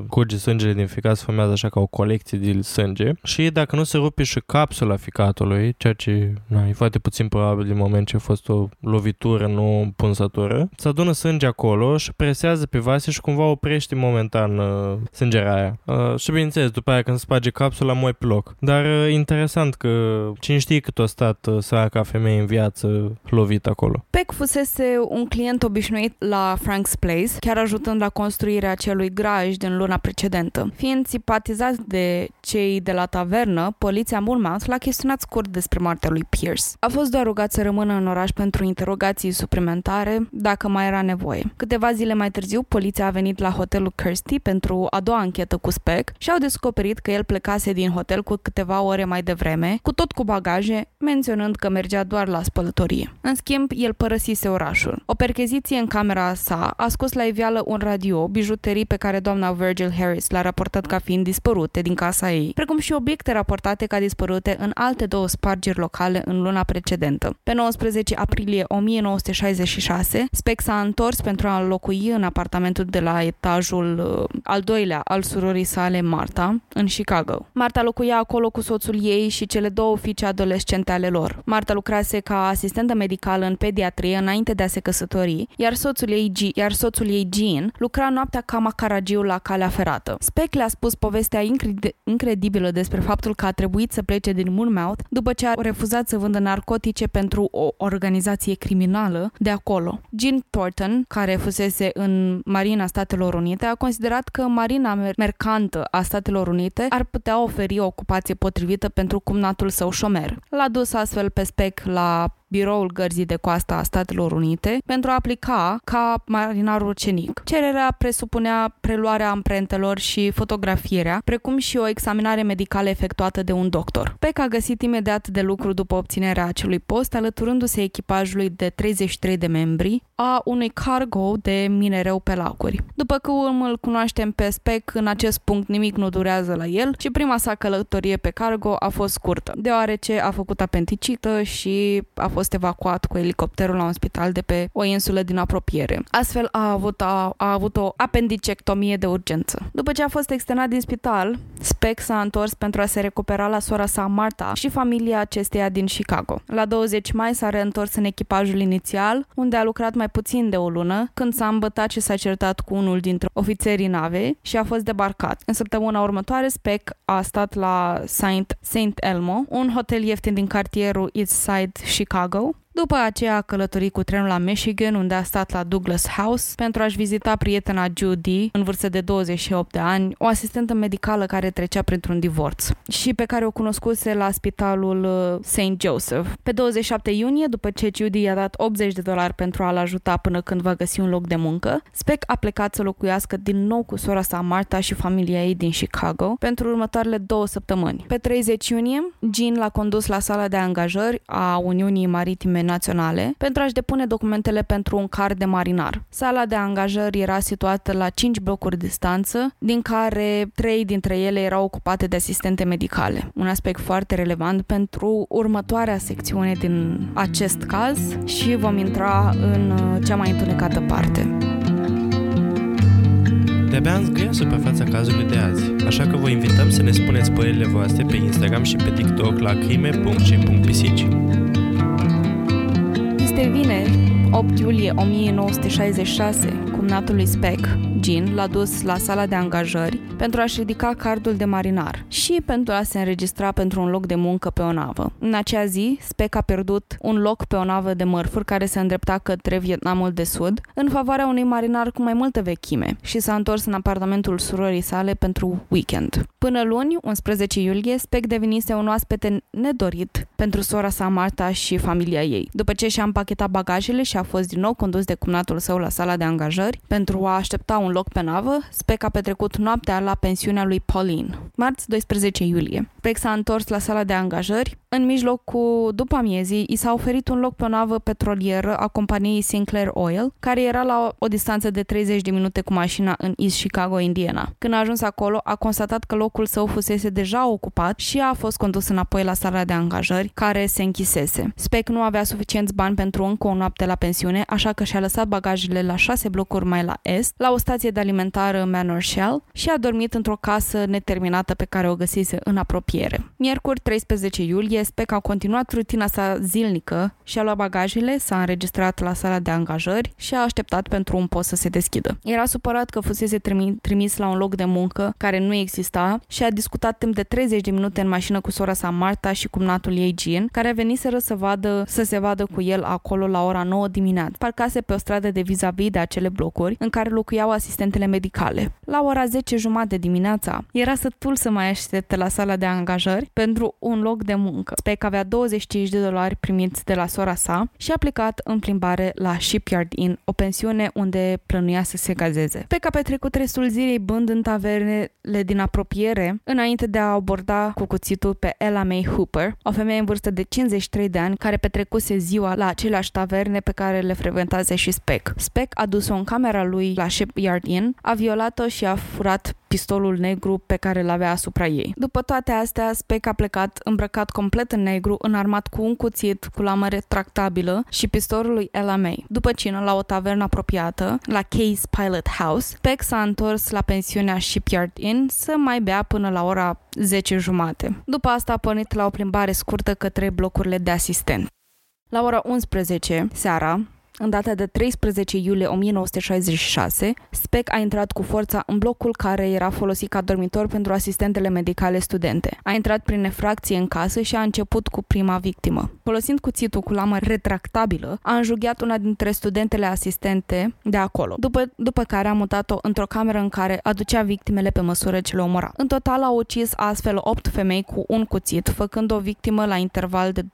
Speaker 5: curge sângele din ficat, se formează așa ca o colecție de sânge și dacă nu se rupe și capsula ficatului, ceea ce na, e foarte puțin probabil din moment ce a fost o lovitură, nu o punsătură, se adună sânge acolo și presează pe vase și cumva oprește momentan uh, sângerea aia. Uh, și bineînțeles, după aia când sparge capsula, moi pe loc. Dar uh, interesant că cine știe cât a stat uh, săraca femeie în viață lovit acolo.
Speaker 6: Peck fusese un client obișnuit la Frank's Place, chiar ajutând la construirea acelui graj din luna precedentă. Fiind simpatizați de cei de la tavernă, poliția Mulmouth l-a chestionat scurt despre moartea lui Pierce. A fost doar rugat să rămână în oraș pentru interogații suplimentare, dacă mai era nevoie. Câteva zile mai târziu, poliția a venit la hotelul Kirsty pentru a doua anchetă cu Speck și au descoperit că el plecase din hotel cu câteva ore mai devreme, cu tot cu bagaje, menționând că mergea doar la spălătorie. În schimb, el părăsise orașul. O percheziție în camera sa a scos la iveală un radio, bijuterii pe care doamna Virgil Harris l-a raportat ca fiind dispărute din casa ei, precum și obiecte raportate ca dispărute în alte două spargeri locale în luna precedentă. Pe 19 aprilie 1966, Speck s-a întors pentru a locui în apartamentul de la etajul uh, al doilea al surorii sale, Marta, în Chicago. Marta locuia acolo cu soțul ei și cele două fiice adolescente ale lor. Marta lucrase ca asistentă medicală în pediatrie înainte de a se căsători, iar soțul ei, G- iar soțul ei Jean lucra noaptea ca macaragiu la calea ferată. Speck le-a spus povestea incred- incredibilă despre faptul că a trebuit să plece din Monmouth după ce a refuzat să vândă narcotice pentru o organizație criminală de acolo. Jean Thornton, care fusese în Marina Statelor Unite, a considerat că Marina mer- Mercantă a Statelor Unite ar putea oferi o ocupație potrivită pentru cumnatul său șomer. L-a dus astfel pe Speck la biroul Gărzii de Coastă a Statelor Unite pentru a aplica ca marinar ucenic. Cererea presupunea preluarea amprentelor și fotografierea, precum și o examinare medicală efectuată de un doctor. Peck a găsit imediat de lucru după obținerea acelui post, alăturându-se echipajului de 33 de membri a unui cargo de minereu pe lacuri. După că îl cunoaștem pe Speck, în acest punct nimic nu durează la el și prima sa călătorie pe cargo a fost scurtă, deoarece a făcut apendicită și a fost fost evacuat cu elicopterul la un spital de pe o insulă din apropiere. Astfel a avut, a, a avut o apendicectomie de urgență. După ce a fost externat din spital, Speck s-a întors pentru a se recupera la sora sa Marta și familia acesteia din Chicago. La 20 mai s-a reîntors în echipajul inițial, unde a lucrat mai puțin de o lună, când s-a îmbătat și s-a certat cu unul dintre ofițerii navei și a fost debarcat. În săptămâna următoare, Speck a stat la Saint, Saint Elmo, un hotel ieftin din cartierul East Side Chicago, după aceea a călătorit cu trenul la Michigan, unde a stat la Douglas House, pentru a-și vizita prietena Judy, în vârstă de 28 de ani, o asistentă medicală care trecea printr-un divorț și pe care o cunoscuse la spitalul uh, St. Joseph. Pe 27 iunie, după ce Judy i-a dat 80 de dolari pentru a-l ajuta până când va găsi un loc de muncă, Speck a plecat să locuiască din nou cu sora sa Marta și familia ei din Chicago pentru următoarele două săptămâni. Pe 30 iunie, Jean l-a condus la sala de angajări a Uniunii Maritime Naționale pentru a-și depune documentele pentru un car de marinar. Sala de angajări era situată la 5 blocuri distanță, din care 3 dintre ele erau ocupate de asistente medicale. Un aspect foarte relevant pentru următoarea secțiune din acest caz și vom intra în uh, cea mai întunecată parte.
Speaker 5: De-abia am zgâia suprafața cazului de azi, așa că vă invităm să ne spuneți părerile voastre pe Instagram și pe TikTok la crime.și.pisici.
Speaker 6: Este vineri, 8 iulie 1966, cumnatul lui Speck, Jean, l-a dus la sala de angajări pentru a-și ridica cardul de marinar și pentru a se înregistra pentru un loc de muncă pe o navă. În acea zi, Speck a pierdut un loc pe o navă de mărfuri care se îndrepta către Vietnamul de Sud în favoarea unui marinar cu mai multă vechime și s-a întors în apartamentul surorii sale pentru weekend. Până luni, 11 iulie, Speck devenise un oaspete nedorit pentru sora sa Marta și familia ei. După ce și-a împachetat bagajele și a fost din nou condus de cumnatul său la sala de angajări pentru a aștepta un loc pe navă, Speck a petrecut noaptea la pensiunea lui Pauline. Marți 12 iulie. Speck s-a întors la sala de angajări. În mijlocul după amiezii, i s-a oferit un loc pe o navă petrolieră a companiei Sinclair Oil, care era la o distanță de 30 de minute cu mașina în East Chicago, Indiana. Când a ajuns acolo, a constatat că locul său fusese deja ocupat și a fost condus înapoi la sala de angajări, care se închisese. Speck nu avea suficienți bani pentru încă o noapte la pensiune, așa că și-a lăsat bagajele la șase blocuri mai la est, la o stație de alimentară Manor Shell și a dormit într-o casă neterminată pe care o găsise în apropiere. Miercuri, 13 iulie, Speck a continuat rutina sa zilnică și a luat bagajele, s-a înregistrat la sala de angajări și a așteptat pentru un post să se deschidă. Era supărat că fusese trimi- trimis la un loc de muncă care nu exista și a discutat timp de 30 de minute în mașină cu sora sa Marta și cumnatul ei Jean, care veniseră să, vadă, să se vadă cu el acolo la ora 9 dimineața. Parcase pe o stradă de vis-a-vis de acele blocuri în care locuiau asistentele medicale. La ora 10 jumate dimineața, era sătul să mai aștepte la sala de angajări pentru un loc de muncă. Speck avea 25 de dolari primiți de la sora sa și a plecat în plimbare la Shipyard Inn, o pensiune unde plănuia să se gazeze. Speck a petrecut restul zilei bând în tavernele din apropiere, înainte de a aborda cu cuțitul pe Ella May Hooper, o femeie în vârstă de 53 de ani care petrecuse ziua la aceleași taverne pe care le frecventase și Speck. Speck a dus-o în camera lui la Shipyard Inn, a violat-o și a furat pistolul negru pe care îl avea asupra ei. După toate astea, Speck a plecat îmbrăcat complet în negru, înarmat cu un cuțit cu lamă retractabilă și pistolul lui Ella May. După cină, la o tavernă apropiată, la Case Pilot House, Speck s-a întors la pensiunea Shipyard Inn să mai bea până la ora 10 jumate. După asta a pornit la o plimbare scurtă către blocurile de asistent. La ora 11 seara, în data de 13 iulie 1966, Speck a intrat cu forța în blocul care era folosit ca dormitor pentru asistentele medicale studente. A intrat prin efracție în casă și a început cu prima victimă. Folosind cuțitul cu lamă retractabilă, a înjughiat una dintre studentele asistente de acolo, după, după care a mutat-o într-o cameră în care aducea victimele pe măsură ce le omora. În total a ucis astfel 8 femei cu un cuțit, făcând o victimă la interval de 20-30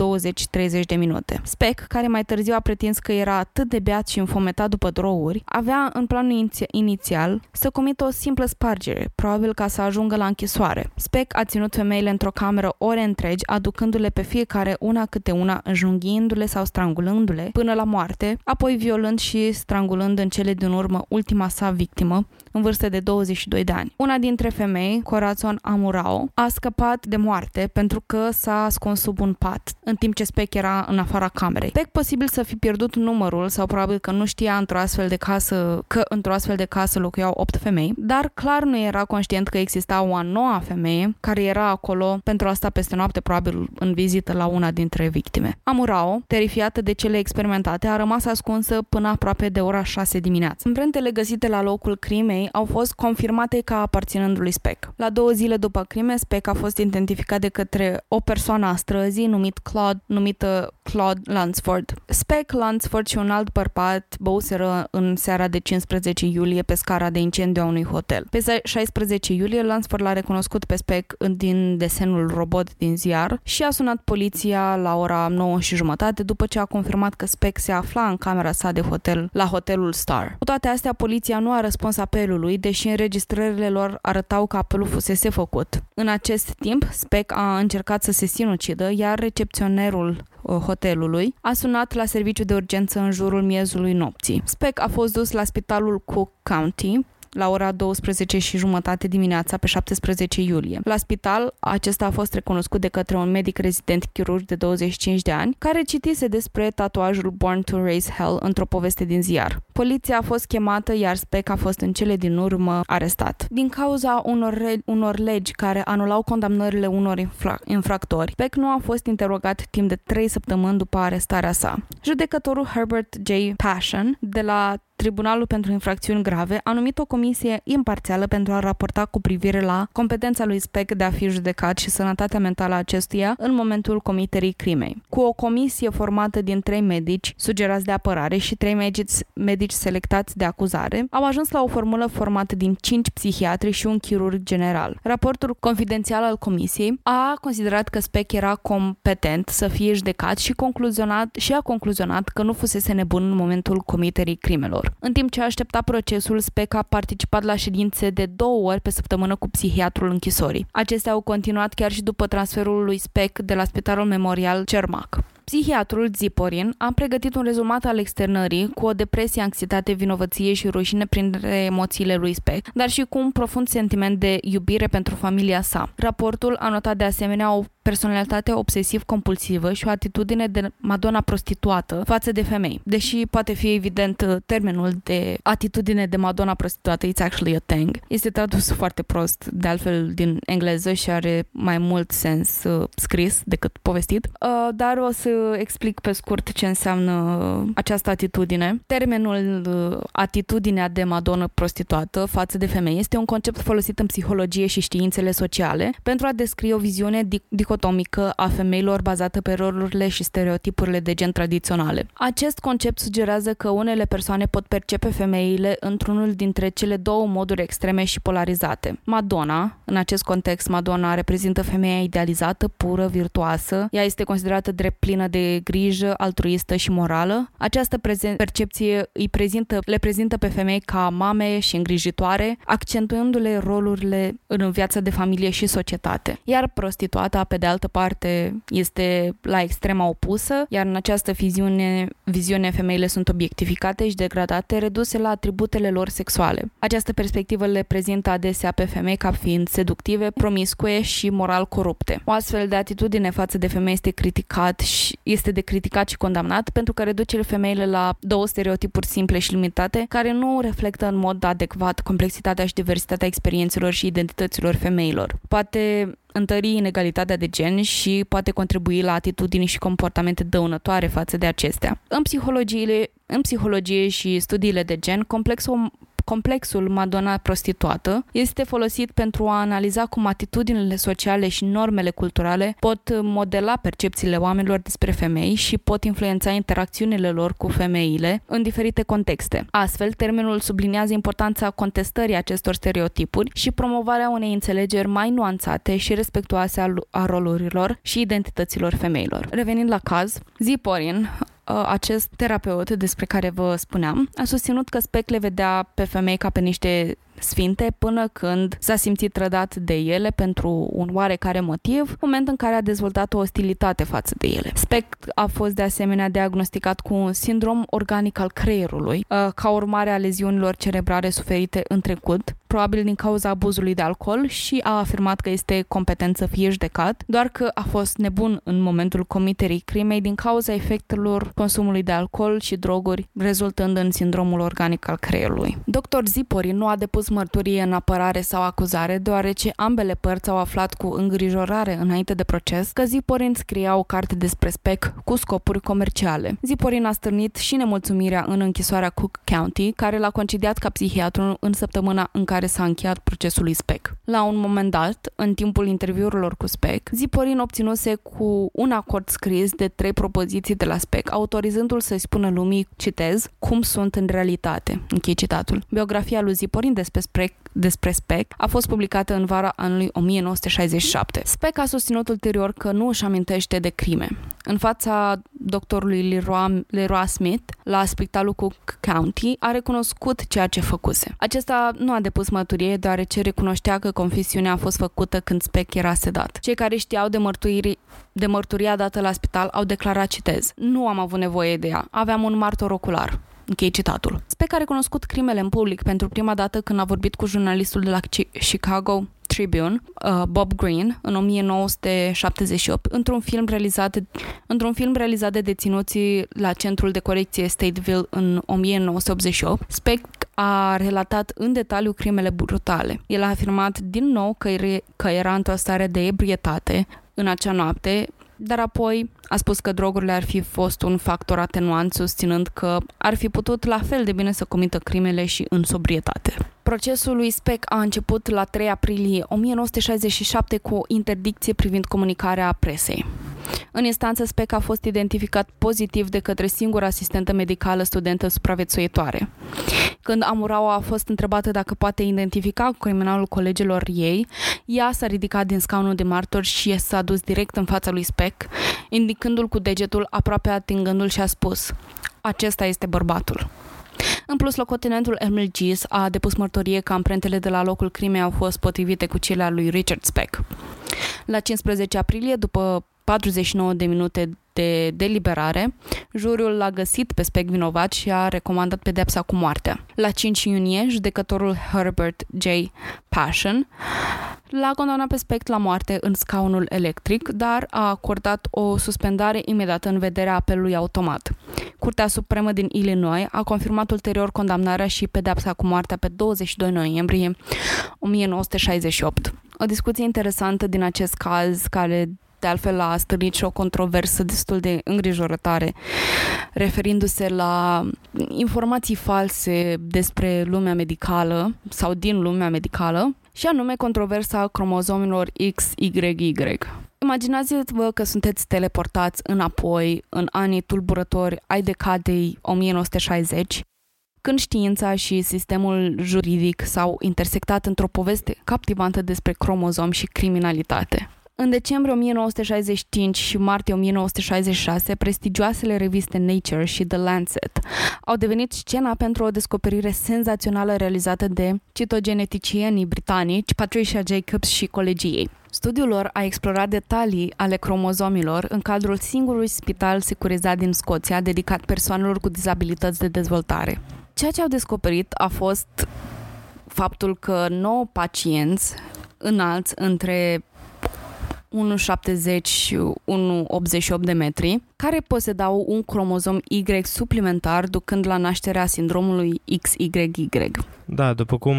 Speaker 6: de minute. Speck, care mai târziu a pretins că era atât de beat și înfometat după droguri, avea în planul iniți- inițial să comită o simplă spargere, probabil ca să ajungă la închisoare. Speck a ținut femeile într-o cameră ore întregi, aducându-le pe fiecare una câte una, înjunghiindu-le sau strangulându-le până la moarte, apoi violând și strangulând în cele din urmă ultima sa victimă, în vârstă de 22 de ani. Una dintre femei, Corazon Amurao, a scăpat de moarte pentru că s-a ascuns sub un pat, în timp ce Speck era în afara camerei. Speck posibil să fi pierdut numărul sau probabil că nu știa într-o astfel de casă că într-o astfel de casă locuiau 8 femei, dar clar nu era conștient că exista o a noua femeie care era acolo pentru asta peste noapte, probabil în vizită la una dintre victime. Amurao, terifiată de cele experimentate, a rămas ascunsă până aproape de ora 6 dimineața. Amprentele găsite la locul crimei au fost confirmate ca aparținând lui Speck. La două zile după crime, Speck a fost identificat de către o persoană a străzii numit Claude, numită Claude Lansford. Speck, Lansford și un alt bărbat băuseră în seara de 15 iulie pe scara de incendiu a unui hotel. Pe se- 16 iulie, Lansford l-a recunoscut pe Speck în- din desenul robot din ziar și a sunat poliția la ora 9 și jumătate după ce a confirmat că Speck se afla în camera sa de hotel la hotelul Star. Cu toate astea, poliția nu a răspuns apelului, deși înregistrările lor arătau că apelul fusese făcut. În acest timp, Speck a încercat să se sinucidă, iar recepționerul uh, hotelului, a sunat la serviciu de urgență în jurul miezului nopții. Speck a fost dus la spitalul Cook County, la ora 12 și jumătate dimineața pe 17 iulie. La spital, acesta a fost recunoscut de către un medic rezident chirurg de 25 de ani, care citise despre tatuajul Born to Raise Hell într-o poveste din ziar. Poliția a fost chemată, iar Speck a fost în cele din urmă arestat. Din cauza unor, re- unor legi care anulau condamnările unor infra- infractori, Speck nu a fost interogat timp de 3 săptămâni după arestarea sa. Judecătorul Herbert J. Passion de la Tribunalul pentru Infracțiuni Grave a numit o comisie imparțială pentru a raporta cu privire la competența lui Speck de a fi judecat și sănătatea mentală a acestuia în momentul comiterii crimei. Cu o comisie formată din trei medici sugerați de apărare și trei medici, medici selectați de acuzare, au ajuns la o formulă formată din cinci psihiatri și un chirurg general. Raportul confidențial al comisiei a considerat că Speck era competent să fie judecat și, concluzionat, și a concluzionat că nu fusese nebun în momentul comiterii crimelor. În timp ce aștepta procesul, Speck a participat la ședințe de două ori pe săptămână cu psihiatrul închisorii. Acestea au continuat chiar și după transferul lui Speck de la Spitalul Memorial Cermac. Psihiatrul Ziporin a pregătit un rezumat al externării cu o depresie, anxietate, vinovăție și rușine printre emoțiile lui Speck, dar și cu un profund sentiment de iubire pentru familia sa. Raportul a notat de asemenea o personalitate obsesiv-compulsivă și o atitudine de Madonna prostituată față de femei. Deși poate fi evident uh, termenul de atitudine de Madonna prostituată, it's actually a thing, este tradus foarte prost, de altfel din engleză și are mai mult sens uh, scris decât povestit, Uh, dar o să explic pe scurt ce înseamnă această atitudine. Termenul uh, atitudinea de Madonna prostituată față de femei este un concept folosit în psihologie și științele sociale pentru a descrie o viziune di- dicotomică a femeilor bazată pe rolurile și stereotipurile de gen tradiționale. Acest concept sugerează că unele persoane pot percepe femeile într-unul dintre cele două moduri extreme și polarizate. Madonna, în acest context, Madonna reprezintă femeia idealizată, pură, virtuoasă. Ea este considerată drept plină de grijă, altruistă și morală. Această prezen- percepție îi prezintă, le prezintă pe femei ca mame și îngrijitoare, accentuându-le rolurile în viața de familie și societate. Iar prostituata, pe de altă parte, este la extrema opusă, iar în această viziune, viziune femeile sunt obiectificate și degradate, reduse la atributele lor sexuale. Această perspectivă le prezintă adesea pe femei ca fiind seductive, promiscue și moral corupte. O astfel de atitudine față de femei este criticat și este de criticat și condamnat pentru că reduce femeile la două stereotipuri simple și limitate care nu reflectă în mod adecvat complexitatea și diversitatea experiențelor și identităților femeilor. Poate întări inegalitatea de gen și poate contribui la atitudini și comportamente dăunătoare față de acestea. În, psihologiile, în psihologie și studiile de gen, complexul Complexul Madonna prostituată este folosit pentru a analiza cum atitudinile sociale și normele culturale pot modela percepțiile oamenilor despre femei și pot influența interacțiunile lor cu femeile în diferite contexte. Astfel, termenul subliniază importanța contestării acestor stereotipuri și promovarea unei înțelegeri mai nuanțate și respectuoase a lu- a rolurilor și identităților femeilor. Revenind la caz, Ziporin uh, acest terapeut despre care vă spuneam a susținut că Speck le vedea pe femei ca pe niște sfinte până când s-a simțit trădat de ele pentru un oarecare motiv, moment în care a dezvoltat o ostilitate față de ele. Speck a fost de asemenea diagnosticat cu un sindrom organic al creierului, uh, ca urmare a leziunilor cerebrale suferite în trecut, probabil din cauza abuzului de alcool și a afirmat că este competent să fie judecat, doar că a fost nebun în momentul comiterii crimei din cauza efectelor consumului de alcool și droguri, rezultând în sindromul organic al creierului. Dr. Zipori nu a depus mărturie în apărare sau acuzare, deoarece ambele părți au aflat cu îngrijorare înainte de proces că Ziporin scria o carte despre spec cu scopuri comerciale. Ziporin a stârnit și nemulțumirea în închisoarea Cook County, care l-a concediat ca psihiatru în săptămâna în care s-a încheiat procesul lui Speck. La un moment dat, în timpul interviurilor cu Speck, Ziporin obținuse cu un acord scris de trei propoziții de la Speck, autorizându-l să-i spună lumii, citez, cum sunt în realitate. Închei citatul. Biografia lui Ziporin despre Speck, despre Speck a fost publicată în vara anului 1967. Speck a susținut ulterior că nu își amintește de crime. În fața doctorului Leroy, Leroy Smith la spitalul Cook County a recunoscut ceea ce făcuse. Acesta nu a depus mărturie deoarece recunoștea că confesiunea a fost făcută când Speck era sedat. Cei care știau de, mărtuiri, de mărturia dată la spital au declarat, citez, nu am avut nevoie de ea, aveam un martor ocular. Închei citatul. Speck a recunoscut crimele în public pentru prima dată când a vorbit cu jurnalistul de la Chi- Chicago Tribune, uh, Bob Green, în 1978, într-un film realizat într-un film realizat de deținuții la centrul de corecție Stateville în 1988. Speck a relatat în detaliu crimele brutale. El a afirmat din nou că, re- că era într-o stare de ebrietate în acea noapte, dar apoi a spus că drogurile ar fi fost un factor atenuant, susținând că ar fi putut la fel de bine să comită crimele și în sobrietate. Procesul lui Speck a început la 3 aprilie 1967 cu o interdicție privind comunicarea presei. În instanță, Speck a fost identificat pozitiv de către singura asistentă medicală studentă supraviețuitoare. Când Amurau a fost întrebată dacă poate identifica criminalul colegilor ei, ea s-a ridicat din scaunul de martor și s-a dus direct în fața lui Speck, indicându-l cu degetul aproape atingându-l și a spus Acesta este bărbatul. În plus, locotenentul Emil Gis a depus mărturie că amprentele de la locul crimei au fost potrivite cu cele ale lui Richard Speck. La 15 aprilie, după 49 de minute de deliberare, juriul l-a găsit pe Speck vinovat și a recomandat pedepsa cu moartea. La 5 iunie, judecătorul Herbert J. Passion l-a condamnat pe Speck la moarte în scaunul electric, dar a acordat o suspendare imediată în vederea apelului automat. Curtea Supremă din Illinois a confirmat ulterior condamnarea și pedepsa cu moartea pe 22 noiembrie 1968. O discuție interesantă din acest caz care de altfel a stârnit și o controversă destul de îngrijorătoare, referindu-se la informații false despre lumea medicală sau din lumea medicală, și anume controversa cromozomilor XYY. Imaginați-vă că sunteți teleportați înapoi în anii tulburători ai decadei 1960, când știința și sistemul juridic s-au intersectat într-o poveste captivantă despre cromozom și criminalitate. În decembrie 1965 și martie 1966, prestigioasele reviste Nature și The Lancet au devenit scena pentru o descoperire senzațională realizată de citogeneticienii britanici Patricia Jacobs și colegii ei. Studiul lor a explorat detalii ale cromozomilor în cadrul singurului spital securizat din Scoția dedicat persoanelor cu dizabilități de dezvoltare. Ceea ce au descoperit a fost faptul că 9 pacienți înalți între 1,70 și 1,88 de metri, care posedau un cromozom Y suplimentar, ducând la nașterea sindromului XYY.
Speaker 5: Da, după cum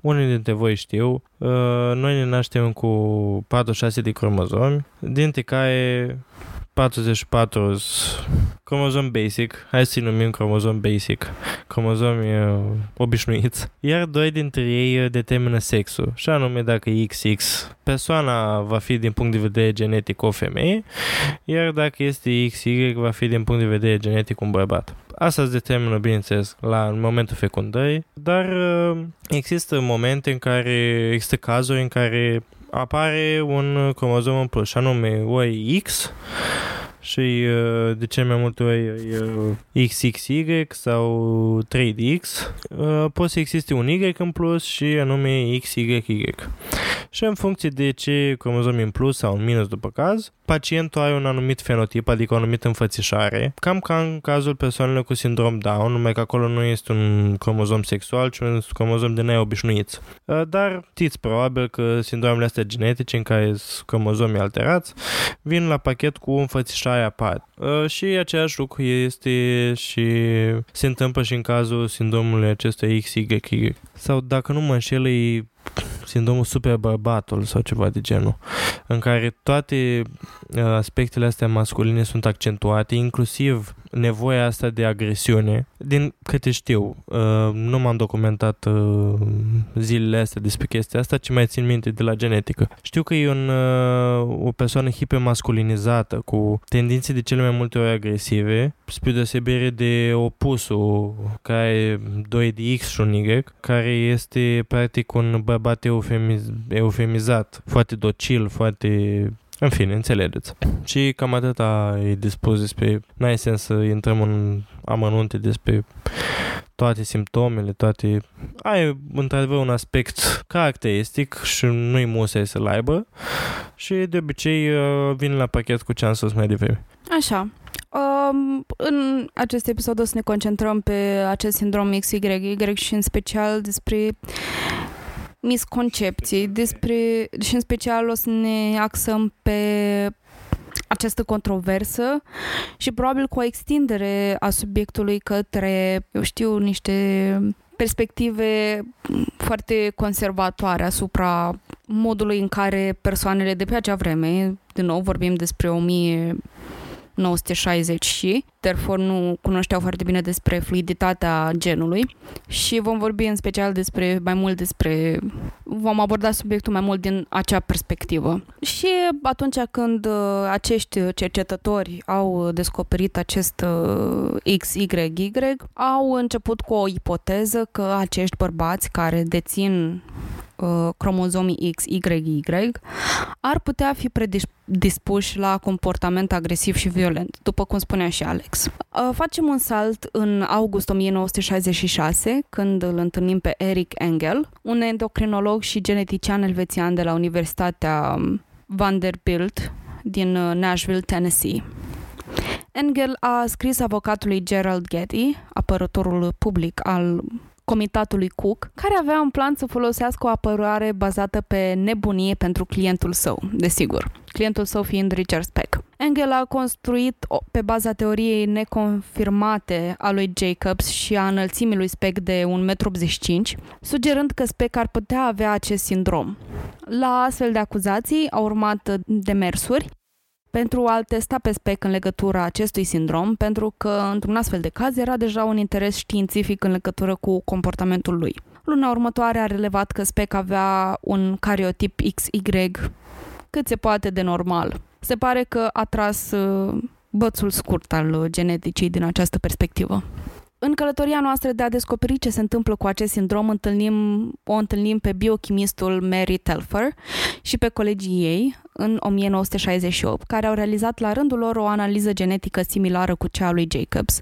Speaker 5: unii dintre voi știu, uh, noi ne naștem cu 46 de cromozomi, dintre care 44 cromozom basic, hai să-i numim cromozom basic, cromozomi uh, obișnuiți, iar doi dintre ei determină sexul, și anume dacă e XX, persoana va fi din punct de vedere genetic o femeie, iar dacă este XY, va fi din punct de vedere genetic un bărbat. Asta îți determină, bineînțeles, la în momentul fecundării, dar uh, există momente în care, există cazuri în care apare un cromozom în plus, și anume OX și uh, de cel mai multe ori uh, e XXY sau 3DX, uh, poate să existe un Y în plus și anume XYY. Și în funcție de ce cromozom e în plus sau în minus după caz, pacientul are un anumit fenotip, adică o anumită înfățișare, cam ca în cazul persoanelor cu sindrom Down, numai că acolo nu este un cromozom sexual, ci un cromozom de neobișnuiți. Uh, Dar știți probabil că sindromele astea genetice în care sunt cromozomii alterați vin la pachet cu înfățișarea pat. Uh, Și același lucru este și se întâmplă și în cazul sindromului acesta XYY. Sau dacă nu mă înșel, e sindromul super bărbatul sau ceva de genul, în care toate uh, aspectele astea masculine sunt accentuate, inclusiv nevoia asta de agresiune. Din câte știu, uh, nu m-am documentat uh, zilele astea despre chestia asta, ci mai țin minte de la genetică. Știu că e un, uh, o persoană hipermasculinizată, cu tendințe de cele mai multe ori agresive, spre deosebire de opusul, care e 2 de X și un Y, care este practic un bărbat eufemiz- eufemizat, foarte docil, foarte în fine, înțelegeți. Și cam atâta e dispus despre... N-ai sens să intrăm în amănunte despre toate simptomele, toate... Ai, într-adevăr, un aspect caracteristic și nu-i musai să-l aibă și de obicei uh, vine la pachet cu ce am spus mai devreme.
Speaker 6: Așa. Um, în acest episod o să ne concentrăm pe acest sindrom XYY și în special despre misconcepții, despre, și în special o să ne axăm pe această controversă și probabil cu o extindere a subiectului către, eu știu, niște perspective foarte conservatoare asupra modului în care persoanele de pe acea vreme, din nou vorbim despre 1000 960 și, therefore nu cunoșteau foarte bine despre fluiditatea genului și vom vorbi în special despre, mai mult despre, vom aborda subiectul mai mult din acea perspectivă. Și atunci când uh, acești cercetători au uh, descoperit acest uh, XYY, au început cu o ipoteză că acești bărbați care dețin uh, cromozomii XYY ar putea fi predispuși la comportament agresiv și violent, după cum spunea și Alex. Uh, Facem un salt în august 1966, când îl întâlnim pe Eric Engel, un endocrinolog și genetician elvețian de la Universitatea um, Vanderbilt din uh, Nashville, Tennessee. Engel a scris avocatului Gerald Getty, apărătorul public al comitatului Cook, care avea în plan să folosească o apărare bazată pe nebunie pentru clientul său, desigur. Clientul său fiind Richard Speck. Engel a construit o- pe baza teoriei neconfirmate a lui Jacobs și a înălțimii lui Speck de 1,85 m, sugerând că Speck ar putea avea acest sindrom. La astfel de acuzații au urmat uh, demersuri pentru a-l testa pe Speck în legătura acestui sindrom, pentru că într-un astfel de caz era deja un interes științific în legătură cu comportamentul lui. Luna următoare a relevat că Speck avea un cariotip XY cât se poate de normal. Se pare că a tras uh, bățul scurt al uh, geneticii din această perspectivă. În călătoria noastră de a descoperi ce se întâmplă cu acest sindrom, întâlnim, o întâlnim pe biochimistul Mary Telfer, și pe colegii ei în 1968, care au realizat la rândul lor o analiză genetică similară cu cea a lui Jacobs,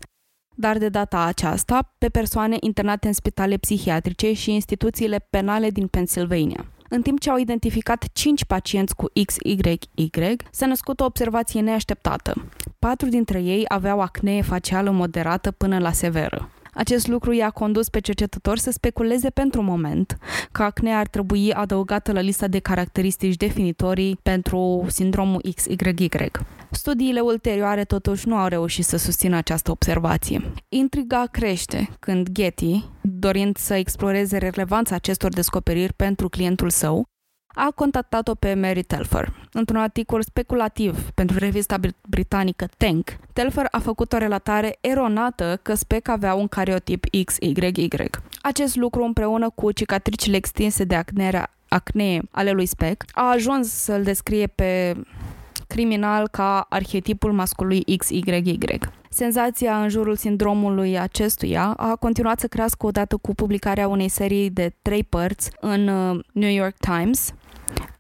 Speaker 6: dar de data aceasta pe persoane internate în spitale psihiatrice și instituțiile penale din Pennsylvania. În timp ce au identificat 5 pacienți cu XYY, s-a născut o observație neașteptată. Patru dintre ei aveau acnee facială moderată până la severă. Acest lucru i-a condus pe cercetători să speculeze pentru moment că acnea ar trebui adăugată la lista de caracteristici definitorii pentru sindromul XYY. Studiile ulterioare totuși nu au reușit să susțină această observație. Intriga crește când Getty, dorind să exploreze relevanța acestor descoperiri pentru clientul său, a contactat-o pe Mary Telfer. Într-un articol speculativ pentru revista br- britanică Tank, Telfer a făcut o relatare eronată că Speck avea un cariotip XYY. Acest lucru împreună cu cicatricile extinse de acnerea acnee ale lui Speck a ajuns să-l descrie pe criminal ca arhetipul mascului XYY. Senzația în jurul sindromului acestuia a continuat să crească odată cu publicarea unei serii de trei părți în uh, New York Times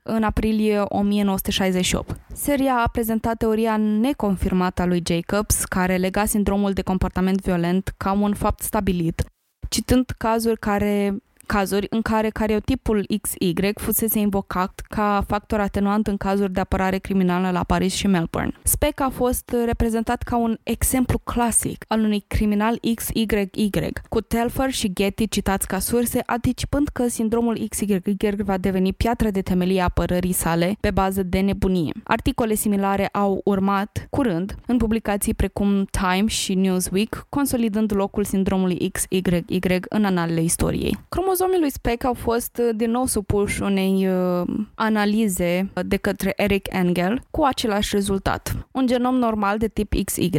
Speaker 6: în aprilie 1968. Seria a prezentat teoria neconfirmată a lui Jacobs, care lega sindromul de comportament violent ca un fapt stabilit, citând cazuri care cazuri în care cariotipul XY fusese invocat ca factor atenuant în cazuri de apărare criminală la Paris și Melbourne. Speck a fost reprezentat ca un exemplu clasic al unui criminal XYY, cu Telfer și Getty citați ca surse, anticipând că sindromul XYY va deveni piatra de temelie a apărării sale pe bază de nebunie. Articole similare au urmat curând în publicații precum Time și Newsweek, consolidând locul sindromului XYY în analele istoriei. Cromozomii lui Speck au fost uh, din nou supuși unei uh, analize uh, de către Eric Engel cu același rezultat. Un genom normal de tip XY.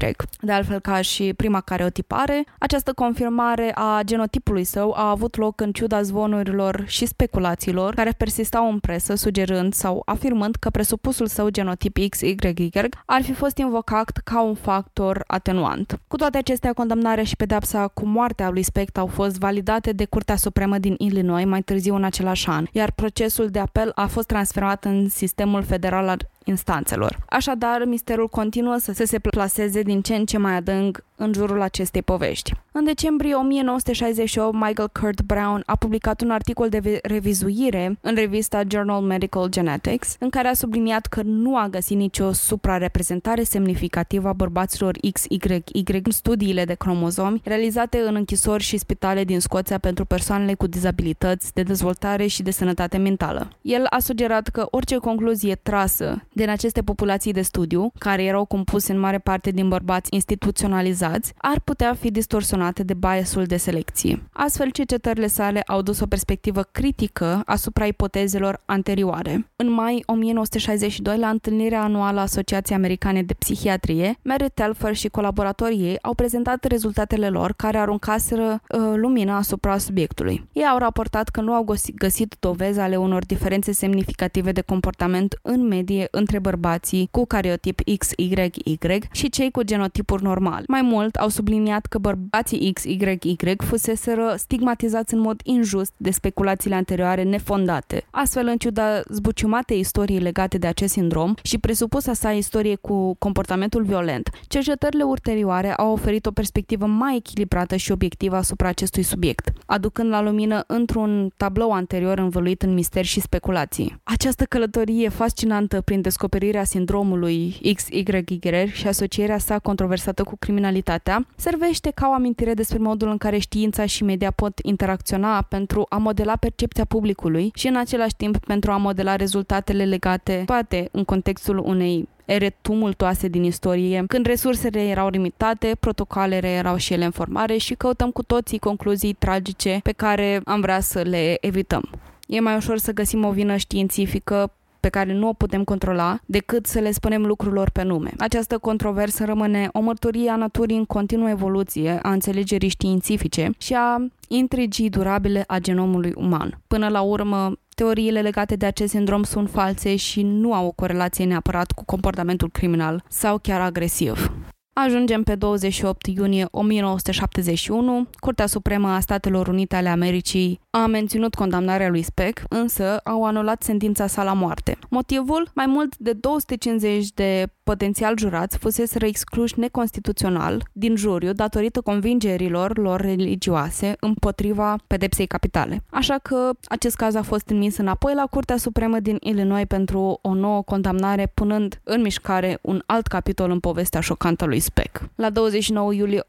Speaker 6: De altfel ca și prima careotipare, această confirmare a genotipului său a avut loc în ciuda zvonurilor și speculațiilor care persistau în presă, sugerând sau afirmând că presupusul său genotip XYY ar fi fost invocat ca un factor atenuant. Cu toate acestea, condamnarea și pedepsa cu moartea lui Speck au fost validate de Curtea Supremă din Illinois mai târziu în același an, iar procesul de apel a fost transferat în sistemul federal al instanțelor. Așadar, misterul continuă să se plaseze din ce în ce mai adânc în jurul acestei povești. În decembrie 1968, Michael Kurt Brown a publicat un articol de ve- revizuire în revista Journal Medical Genetics, în care a subliniat că nu a găsit nicio suprareprezentare semnificativă a bărbaților XYY în studiile de cromozomi realizate în închisori și spitale din Scoția pentru persoanele cu dizabilități de dezvoltare și de sănătate mentală. El a sugerat că orice concluzie trasă din aceste populații de studiu, care erau compuse în mare parte din bărbați instituționalizați, ar putea fi distorsionate de biasul de selecție. Astfel, cercetările sale au dus o perspectivă critică asupra ipotezelor anterioare. În mai 1962, la întâlnirea anuală a Asociației Americane de Psihiatrie, Mary Telfer și colaboratorii ei au prezentat rezultatele lor care aruncaseră uh, lumina asupra subiectului. Ei au raportat că nu au găsi- găsit dovezi ale unor diferențe semnificative de comportament în medie între bărbații cu cariotip XYY și cei cu genotipuri normal. Mai mult, au subliniat că bărbații XYY fuseseră stigmatizați în mod injust de speculațiile anterioare nefondate. Astfel, în ciuda zbuciumatei istorii legate de acest sindrom și presupusa sa istorie cu comportamentul violent, cercetările ulterioare au oferit o perspectivă mai echilibrată și obiectivă asupra acestui subiect, aducând la lumină într-un tablou anterior învăluit în mister și speculații. Această călătorie fascinantă prin descoperirea sindromului XYY și asocierea sa controversată cu criminalitatea servește ca o amintire despre modul în care știința și media pot interacționa pentru a modela percepția publicului și în același timp pentru a modela rezultatele legate toate în contextul unei ere tumultoase din istorie, când resursele erau limitate, protocoalele erau și ele în formare și căutăm cu toții concluzii tragice pe care am vrea să le evităm. E mai ușor să găsim o vină științifică pe care nu o putem controla, decât să le spunem lucrurilor pe nume. Această controversă rămâne o mărturie a naturii în continuă evoluție, a înțelegerii științifice și a intrigii durabile a genomului uman. Până la urmă, teoriile legate de acest sindrom sunt false și nu au o corelație neapărat cu comportamentul criminal sau chiar agresiv. Ajungem pe 28 iunie 1971. Curtea Supremă a Statelor Unite ale Americii a menținut condamnarea lui Speck, însă au anulat sentința sa la moarte. Motivul? Mai mult de 250 de potențial jurați fuseseră excluși neconstituțional din juriu datorită convingerilor lor religioase împotriva pedepsei capitale. Așa că acest caz a fost trimis înapoi la Curtea Supremă din Illinois pentru o nouă condamnare, punând în mișcare un alt capitol în povestea șocantă a lui Speck. La 29 iulie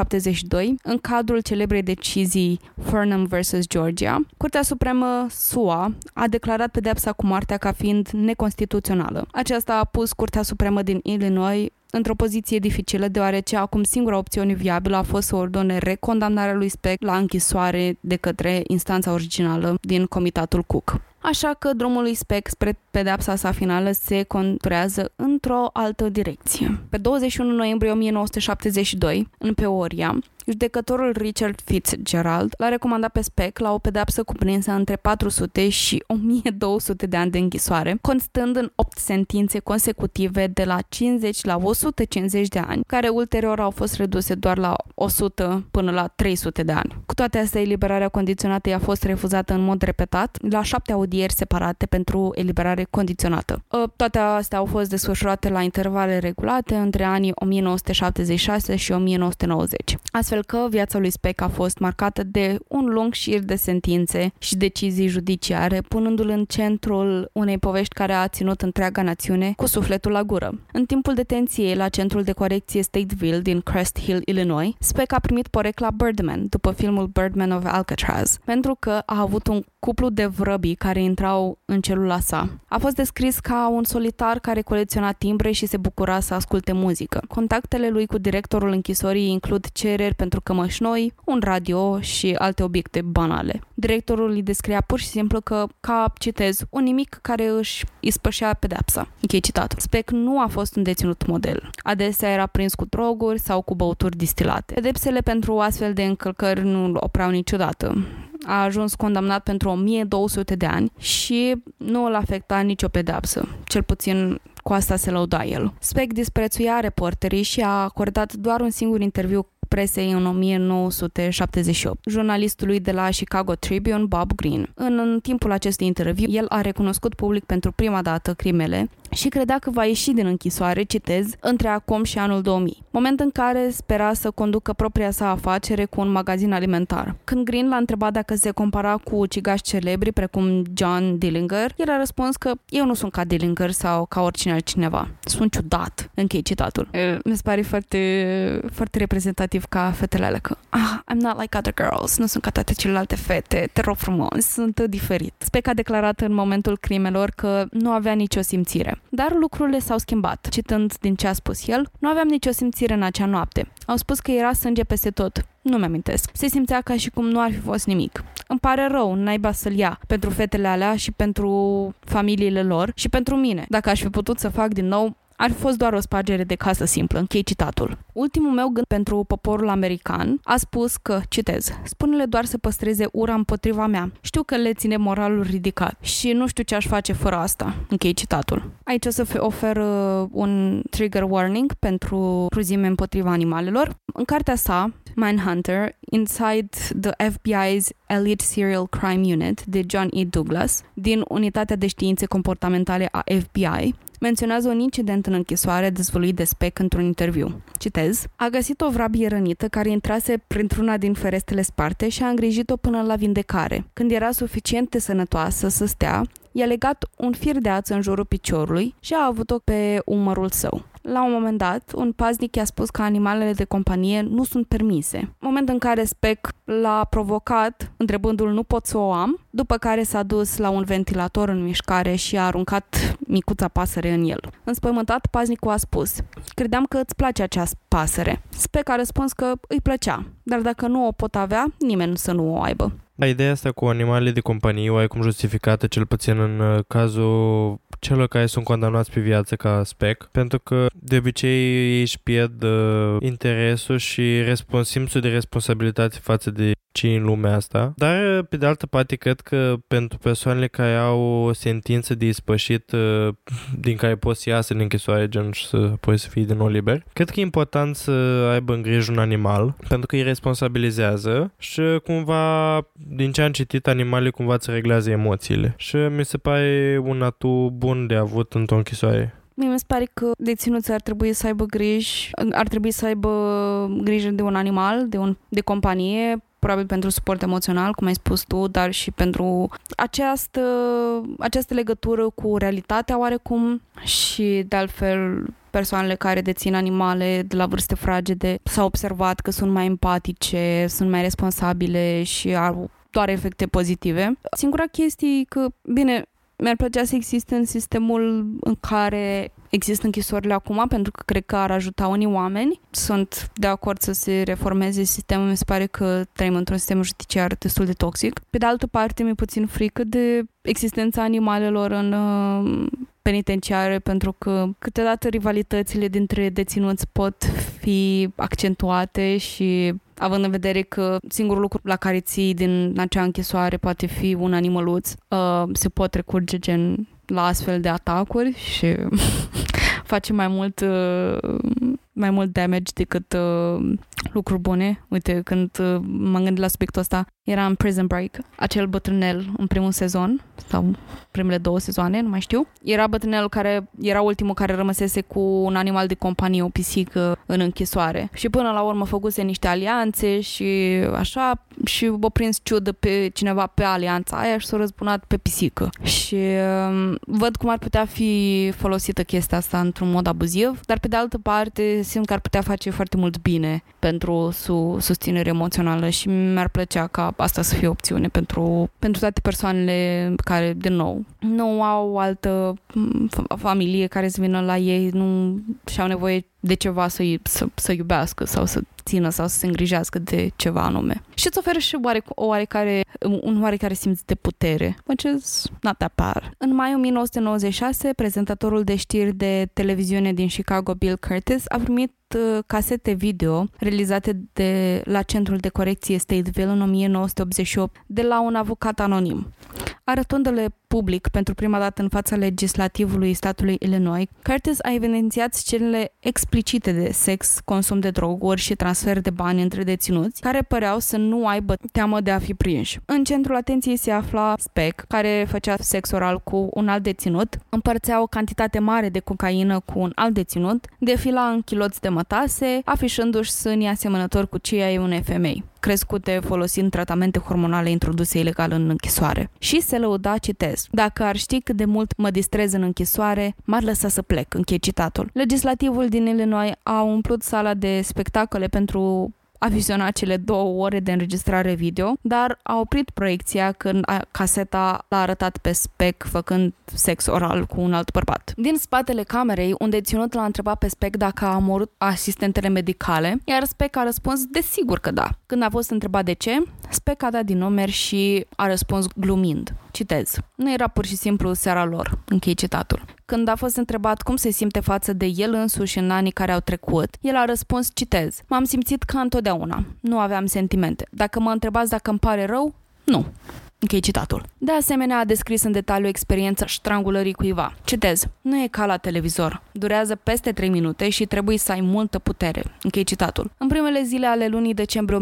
Speaker 6: 1972, în cadrul celebrei decizii Furnham vs. Georgia, Curtea Supremă SUA a declarat pedepsa cu moartea ca fiind neconstituțională. Aceasta a pus Curtea Supremă din Illinois într-o poziție dificilă, deoarece acum singura opțiune viabilă a fost să ordone recondamnarea lui Speck la închisoare de către instanța originală din Comitatul Cook. Așa că drumul lui Speck spre pedepsa sa finală se conturează într-o altă direcție. Pe 21 noiembrie 1972, în Peoria, Judecătorul Richard Fitzgerald l-a recomandat pe Speck la o pedeapsă cuprinsă între 400 și 1200 de ani de închisoare, constând în 8 sentințe consecutive de la 50 la 150 de ani, care ulterior au fost reduse doar la 100 până la 300 de ani. Cu toate astea, eliberarea condiționată i-a fost refuzată în mod repetat la șapte audieri separate pentru eliberare condiționată. Uh, Toate astea au fost desfășurate la intervale regulate între anii 1976 și 1990. Astfel că viața lui Speck a fost marcată de un lung șir de sentințe și decizii judiciare, punându-l în centrul unei povești care a ținut întreaga națiune cu sufletul la gură. În timpul detenției la centrul de corecție Stateville din Crest Hill, Illinois, Speck a primit porecla Birdman după filmul Birdman of Alcatraz, pentru că a avut un cuplu de vrăbii care intrau în celula sa. A fost descris ca un solitar care colecționa timbre și se bucura să asculte muzică. Contactele lui cu directorul închisorii includ cereri pentru cămăși noi, un radio și alte obiecte banale. Directorul îi descria pur și simplu că, ca, citez, un nimic care își ispășea pedepsa. Închei citat. Speck nu a fost un deținut model. Adesea era prins cu droguri sau cu băuturi distilate. Pedepsele pentru astfel de încălcări nu îl opreau niciodată a ajuns condamnat pentru 1200 de ani și nu îl afecta nicio pedapsă, cel puțin cu asta se lăuda el. Speck disprețuia reporterii și a acordat doar un singur interviu presei în 1978, jurnalistului de la Chicago Tribune, Bob Green. În, în timpul acestui interviu, el a recunoscut public pentru prima dată crimele și credea că va ieși din închisoare, citez, între acum și anul 2000, moment în care spera să conducă propria sa afacere cu un magazin alimentar. Când Green l-a întrebat dacă se compara cu ucigași celebri precum John Dillinger, el a răspuns că eu nu sunt ca Dillinger sau ca oricine altcineva. Sunt ciudat. Închei citatul. E, Mi se pare foarte, foarte reprezentativ ca fetele alea că ah, I'm not like other girls, nu sunt ca toate celelalte fete, te rog frumos, sunt diferit. Speck a declarat în momentul crimelor că nu avea nicio simțire. Dar lucrurile s-au schimbat. Citând din ce a spus el, nu aveam nicio simțire în acea noapte. Au spus că era sânge peste tot. Nu mi-amintesc. Se simțea ca și cum nu ar fi fost nimic. Îmi pare rău, naiba să-l ia pentru fetele alea și pentru familiile lor și pentru mine. Dacă aș fi putut să fac din nou, ar fi fost doar o spargere de casă simplă, închei citatul. Ultimul meu gând pentru poporul american a spus că, citez, spune-le doar să păstreze ura împotriva mea. Știu că le ține moralul ridicat și nu știu ce aș face fără asta. Închei citatul. Aici o să f- ofer uh, un trigger warning pentru cruzime împotriva animalelor. În cartea sa, Mindhunter, Inside the FBI's Elite Serial Crime Unit de John E. Douglas, din Unitatea de Științe Comportamentale a FBI, menționează un incident în închisoare dezvăluit de Speck într-un interviu. Citez. A găsit o vrabie rănită care intrase printr-una din ferestele sparte și a îngrijit-o până la vindecare. Când era suficient de sănătoasă să stea, i-a legat un fir de ață în jurul piciorului și a avut-o pe umărul său. La un moment dat, un paznic i-a spus că animalele de companie nu sunt permise. Moment în care Speck l-a provocat, întrebându-l nu pot să o am, după care s-a dus la un ventilator în mișcare și a aruncat micuța pasăre în el. Înspăimântat, paznicul a spus, credeam că îți place această pasăre. Speck a răspuns că îi plăcea, dar dacă nu o pot avea, nimeni să nu o aibă.
Speaker 5: La ideea asta cu animalele de companie o ai cum justificată, cel puțin în uh, cazul celor care sunt condamnați pe viață ca spec, pentru că de obicei ei își pierd uh, interesul și respons- simțul de responsabilitate față de cei în lumea asta. Dar, uh, pe de altă parte, cred că pentru persoanele care au o sentință de ispășit uh, din care poți să iasă din închisoare, gen și să poți să fii din nou liber, cred că e important să aibă în grijă un animal, pentru că îi responsabilizează și cumva din ce am citit, animale cumva îți reglează emoțiile. Și mi se pare un atu bun de avut într-o închisoare.
Speaker 6: Mie mi se pare că deținuții ar trebui să aibă griji, ar trebui să aibă grijă de un animal, de, un, de companie, probabil pentru suport emoțional, cum ai spus tu, dar și pentru această, această legătură cu realitatea oarecum și de altfel persoanele care dețin animale de la vârste fragede s-au observat că sunt mai empatice, sunt mai responsabile și au doar efecte pozitive. Singura chestie e că, bine, mi-ar plăcea să existe în sistemul în care există închisorile acum, pentru că cred că ar ajuta unii oameni. Sunt de acord să se reformeze sistemul, mi se pare că trăim într-un sistem judiciar destul de toxic. Pe de altă parte, mi-e puțin frică de existența animalelor în uh, penitenciare, pentru că câteodată rivalitățile dintre deținuți pot fi accentuate și având în vedere că singurul lucru la care ții din acea închisoare poate fi un animăluț, uh, se pot recurge gen la astfel de atacuri și face mai mult uh, mai mult damage decât uh, lucruri bune. Uite, când uh, m-am gândit la subiectul ăsta, era în Prison Break, acel bătrânel în primul sezon, sau primele două sezoane, nu mai știu. Era bătrânelul care era ultimul care rămăsese cu un animal de companie, o pisică, în închisoare. Și până la urmă făcuse niște alianțe și așa și o prins ciudă pe cineva pe alianța aia și s-a răzbunat pe pisică. Și um, văd cum ar putea fi folosită chestia asta într-un mod abuziv, dar pe de altă parte simt că ar putea face foarte mult bine pentru su- susținere emoțională și mi-ar plăcea ca asta să fie o opțiune pentru, pentru toate persoanele care, din nou, nu au altă mm, fa- familie care să vină la ei, nu și-au nevoie de ceva să, i- să, să iubească sau să țină sau să se îngrijească de ceva anume. Și îți oferă și oare, o oarecare, un oarecare simț de putere, which is not that bad. În mai 1996, prezentatorul de știri de televiziune din Chicago, Bill Curtis, a primit uh, casete video realizate de la Centrul de Corecție Stateville în 1988 de la un avocat anonim arătându-le public pentru prima dată în fața legislativului statului Illinois, Curtis a evidențiat scenele explicite de sex, consum de droguri și transfer de bani între deținuți, care păreau să nu aibă teamă de a fi prinși. În centrul atenției se afla Speck, care făcea sex oral cu un alt deținut, împărțea o cantitate mare de cocaină cu un alt deținut, defila în chiloți de mătase, afișându-și sânii asemănători cu cei ai unei femei crescute folosind tratamente hormonale introduse ilegal în închisoare. Și se lăuda, citez, dacă ar ști cât de mult mă distrez în închisoare, m-ar lăsa să plec, încheie citatul. Legislativul din Illinois a umplut sala de spectacole pentru a vizionat cele două ore de înregistrare video, dar a oprit proiecția când a, caseta l-a arătat pe Spec făcând sex oral cu un alt bărbat. Din spatele camerei, un deținut l-a întrebat pe Spec dacă a omorât asistentele medicale, iar Spec a răspuns desigur că da. Când a fost întrebat de ce, Spec a dat din numeri și a răspuns glumind. Citez. Nu era pur și simplu seara lor. Închei citatul. Când a fost întrebat cum se simte față de el însuși în anii care au trecut, el a răspuns, citez, m-am simțit ca întotdeauna, nu aveam sentimente. Dacă mă întrebați dacă îmi pare rău, nu. Închei citatul. De asemenea, a descris în detaliu experiența strangulării cuiva. Citez. Nu e ca la televizor. Durează peste 3 minute și trebuie să ai multă putere. Închei citatul. În primele zile ale lunii decembrie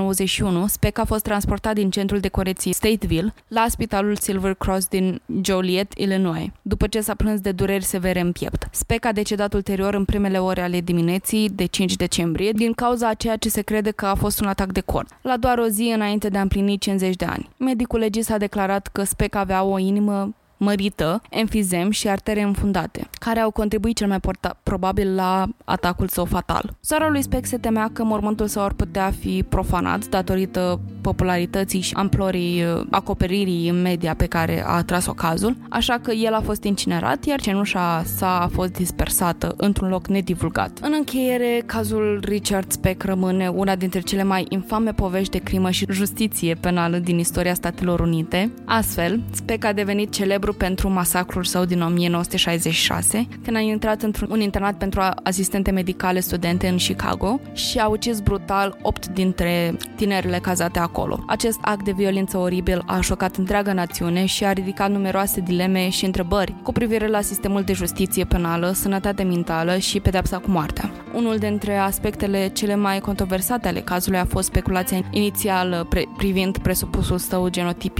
Speaker 6: 1991, Speck a fost transportat din centrul de corecții Stateville la spitalul Silver Cross din Joliet, Illinois, după ce s-a plâns de dureri severe în piept. Speck a decedat ulterior în primele ore ale dimineții de 5 decembrie din cauza a ceea ce se crede că a fost un atac de cord, la doar o zi înainte de a împlini 50 de ani. Medicul legist a declarat că Speck avea o inimă mărită, enfizem și artere înfundate, care au contribuit cel mai porta- probabil la atacul său fatal. Sora lui Speck se temea că mormântul său ar putea fi profanat datorită popularității și amplorii uh, acoperirii în media pe care a atras-o cazul, așa că el a fost incinerat, iar cenușa sa a fost dispersată într-un loc nedivulgat. În încheiere, cazul Richard Speck rămâne una dintre cele mai infame povești de crimă și justiție penală din istoria Statelor Unite. Astfel, Speck a devenit celebru pentru masacrul său din 1966, când a intrat într-un un internat pentru a- asistente medicale studente în Chicago și a ucis brutal 8 dintre tinerile cazate acolo. Acest act de violență oribil a șocat întreaga națiune și a ridicat numeroase dileme și întrebări cu privire la sistemul de justiție penală, sănătate mentală și pedepsa cu moartea. Unul dintre aspectele cele mai controversate ale cazului a fost speculația inițială pre- privind presupusul său genotip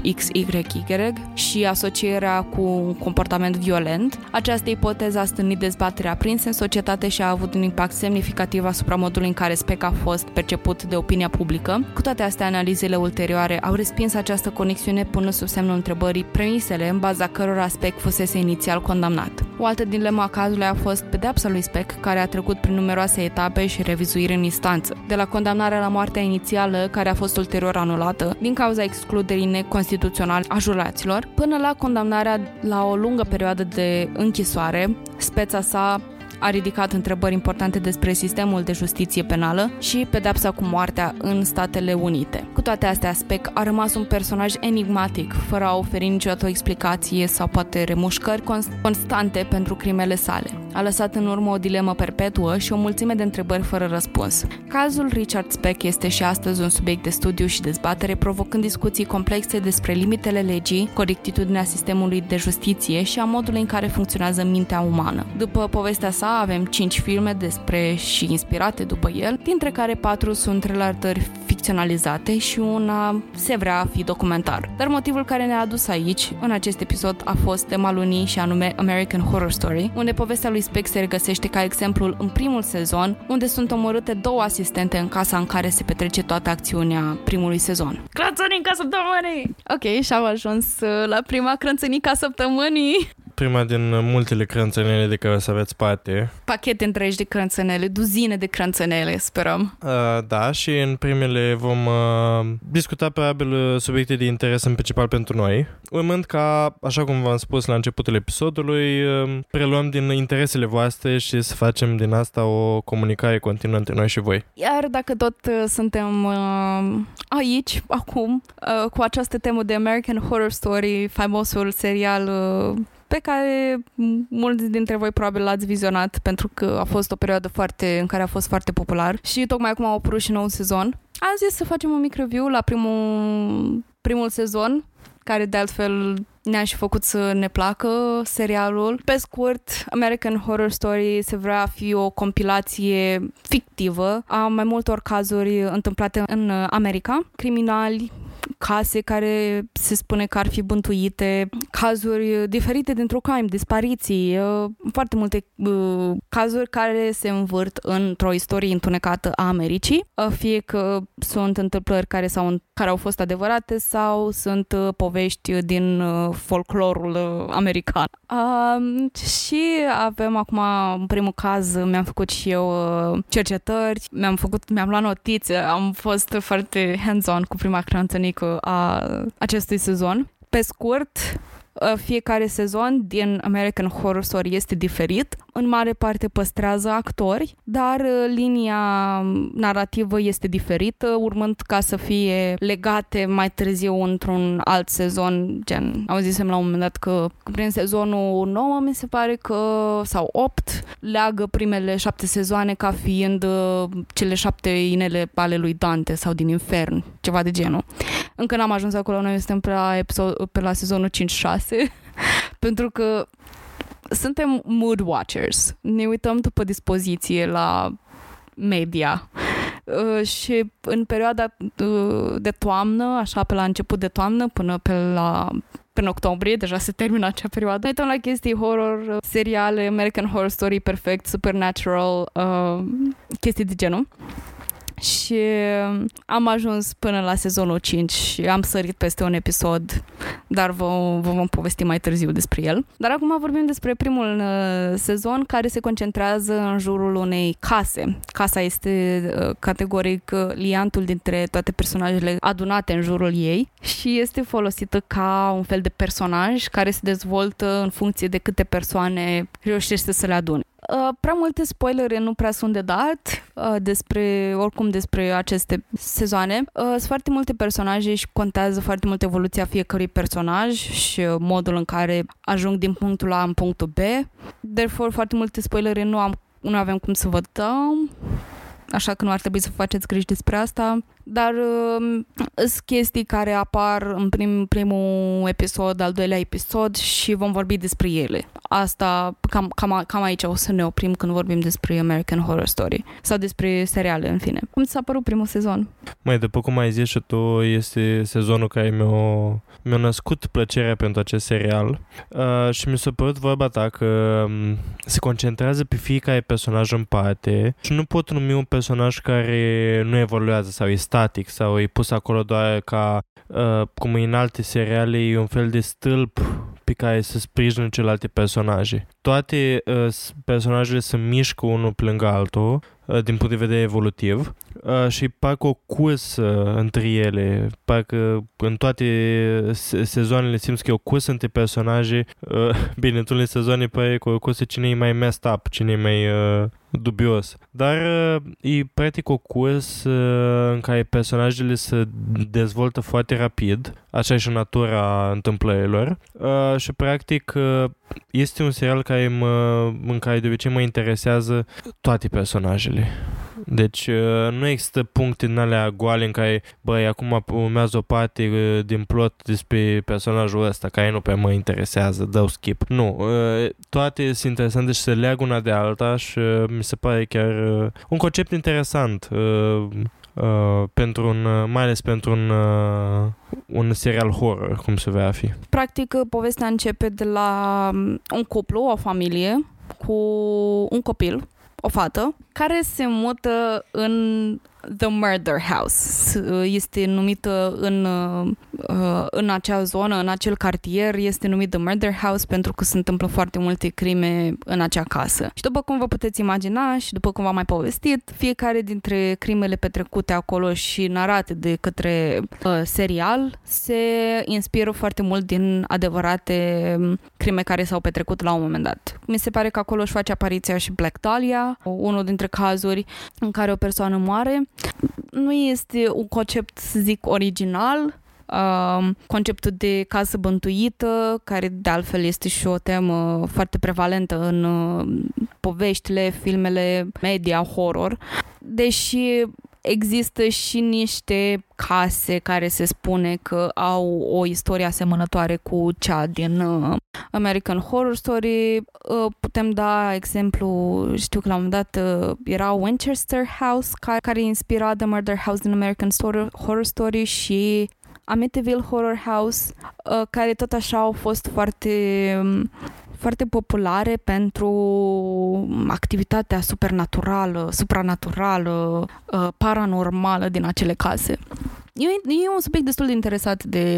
Speaker 6: XYY și asocierea cu un comportament violent. Această ipoteză a stârnit dezbaterea aprinsă în societate și a avut un impact semnificativ asupra modului în care Speck a fost perceput de opinia publică. Cu toate astea, analizele ulterioare au respins această conexiune punând sub semnul întrebării premisele în baza cărora Speck fusese inițial condamnat. O altă dilemă a cazului a fost pedepsa lui Speck, care a trecut prin numeroase etape și revizuiri în instanță, de la condamnarea la moartea inițială, care a fost ulterior anulată din cauza excluderii neconstituționale a juraților, până la condamnarea la o lungă perioadă de închisoare. Speța sa a ridicat întrebări importante despre sistemul de justiție penală și pedepsa cu moartea în Statele Unite. Cu toate astea, Speck a rămas un personaj enigmatic, fără a oferi niciodată o explicație sau poate remușcări cons- constante pentru crimele sale. a lăsat în urmă o dilemă perpetuă și o mulțime de întrebări fără răspuns. Cazul Richard Speck este și astăzi un subiect de studiu și dezbatere, provocând discuții complexe despre limitele legii, corectitudinea sistemului de justiție și a modului în care funcționează mintea umană. După povestea sa, avem 5 filme despre și inspirate după el, dintre care 4 sunt relatări ficționalizate și una se vrea a fi documentar. Dar motivul care ne-a adus aici, în acest episod, a fost tema lunii și anume American Horror Story, unde povestea lui Speck se regăsește ca exemplul în primul sezon, unde sunt omorâte două asistente în casa în care se petrece toată acțiunea primului sezon. Crățănica săptămânii! Ok, și am ajuns uh, la prima crățănica săptămânii.
Speaker 5: Prima din multele crânțănele de care o să aveți parte.
Speaker 6: Pachete întregi de crățănele, duzine de crățănele, sperăm.
Speaker 5: Uh, da, și în primele vom uh, discuta pe ambele subiecte de interes în principal pentru noi, urmând ca, așa cum v-am spus la începutul episodului, uh, preluăm din interesele voastre și să facem din asta o comunicare continuă între noi și voi.
Speaker 6: Iar dacă tot uh, suntem uh, aici, acum, uh, cu această temă de American Horror Story, faimosul serial uh, pe care m- mulți dintre voi probabil l-ați vizionat pentru că a fost o perioadă foarte, în care a fost foarte popular și tocmai acum au apărut și nou sezon. Am zis să facem un mic review la primul, primul sezon, care de altfel ne-a și făcut să ne placă serialul. Pe scurt, American Horror Story se vrea a fi o compilație fictivă a mai multor cazuri întâmplate în America, criminali, case care se spune că ar fi bântuite, cazuri diferite dintr-o crime, dispariții, uh, foarte multe uh, cazuri care se învârt într-o istorie întunecată a Americii, Uh, fie că sunt întâmplări care, s-au, care au fost adevărate sau sunt uh, povești din uh, folclorul uh, american. Um, și avem acum, în primul caz, mi-am făcut și eu uh, cercetări, mi-am făcut, mi-am luat notițe, am fost foarte hands-on cu prima crantănică a acestui sezon. Pe scurt, uh, fiecare sezon din American Horror Story este diferit. În mare parte păstrează actori, dar uh, linia um, narrativă este diferită, urmând ca să fie legate mai târziu într-un alt sezon, gen, auzisem la un moment dat că prin sezonul 9, mi se pare că, sau 8, leagă primele șapte sezoane ca fiind uh, cele șapte inele ale lui Dante sau din Infern, ceva de genul. Încă n-am ajuns acolo, noi suntem pe la, episod, pe la sezonul 5-6, pentru că suntem mood watchers. Ne uităm după dispoziție la media. Uh, și în perioada uh, de toamnă, așa pe la început de toamnă până pe la până octombrie, deja se termină acea perioadă. Ne uităm la chestii horror, uh, seriale, American Horror Story, Perfect, Supernatural, uh, chestii de genul. Și um, am ajuns până la sezonul 5 și am sărit peste un episod, dar vă, vă vom povesti mai târziu despre el. Dar acum vorbim despre primul uh, sezon care se concentrează în jurul unei case. Casa este uh, categoric uh, liantul dintre toate personajele adunate în jurul ei și este folosită ca un fel de personaj care se dezvoltă în funcție de câte persoane reușește să le adune. Uh, prea multe spoilere nu prea sunt de dat uh, despre, oricum despre aceste sezoane. Uh, sunt foarte multe personaje și contează foarte mult evoluția fiecărui personaj și uh, modul în care ajung din punctul A în punctul B. Therefore, foarte multe spoilere nu, am, nu avem cum să vă dăm, așa că nu ar trebui să faceți griji despre asta. Dar uh, sunt chestii care apar în prim, primul episod, al doilea episod și vom vorbi despre ele. Asta, cam, cam, a- cam aici o să ne oprim când vorbim despre American Horror Story sau despre seriale, în fine. Cum ți s-a părut primul sezon?
Speaker 5: Mai după cum ai zis și tu, este sezonul care mi-a, mi-a născut plăcerea pentru acest serial uh, și mi s-a părut vorba ta că um, se concentrează pe fiecare personaj în parte și nu pot numi un personaj care nu evoluează sau e static sau e pus acolo doar ca, uh, cum e în alte seriale, e un fel de stâlp pe care să sprijină celelalte personaje. Toate uh, s- personajele se mișcă unul pe lângă altul uh, din punct de vedere evolutiv Uh, și parcă o cursă între ele, parcă în toate se- sezoanele simți că e o cursă între personaje, uh, bine, în unele sezoane pare că o cursă cine e mai messed up, cine e mai uh, dubios. Dar uh, e practic o cursă în care personajele se dezvoltă foarte rapid, așa e și natura întâmplărilor uh, și practic uh, este un serial care mă, în care de obicei mă interesează toate personajele. Deci uh, nu există puncte din alea goale în care, băi, acum urmează o parte uh, din plot despre personajul ăsta, care nu pe mă interesează, dau skip. Nu, uh, toate sunt interesante și se leagă una de alta și uh, mi se pare chiar uh, un concept interesant uh, pentru un, uh, mai ales pentru un, uh, un serial horror, cum se vea fi.
Speaker 6: Practic, povestea începe de la mm, un cuplu, o familie, cu un copil, o fată, care se mută în The Murder House. uh, Este numită în, uh, în acea zonă, în acel cartier, este numit The Murder House pentru că se întâmplă foarte multe crime în acea casă. Și după cum vă puteți imagina și după cum v-am mai povestit, fiecare dintre crimele petrecute acolo și narate de către uh, serial se inspiră foarte mult din adevărate um, crime care s-au petrecut la un moment dat. Mi se pare că acolo își face apariția și Black Dahlia, unul dintre cazuri în care o persoană moare nu este un concept, să zic, original, Uh, conceptul de casă bântuită, care de altfel este și o temă foarte prevalentă în uh, poveștile, filmele media horror, deși există și niște case care se spune că au o istorie asemănătoare cu cea din uh, American Horror Story. Uh, putem da exemplu, știu că la un moment dat uh, era Winchester House care, care inspira The Murder House din American Story, Horror Story și Amityville Horror House, uh, care tot așa au fost foarte um, foarte populare pentru activitatea supernaturală, supranaturală, uh, paranormală din acele case. E, e un subiect destul de interesant de,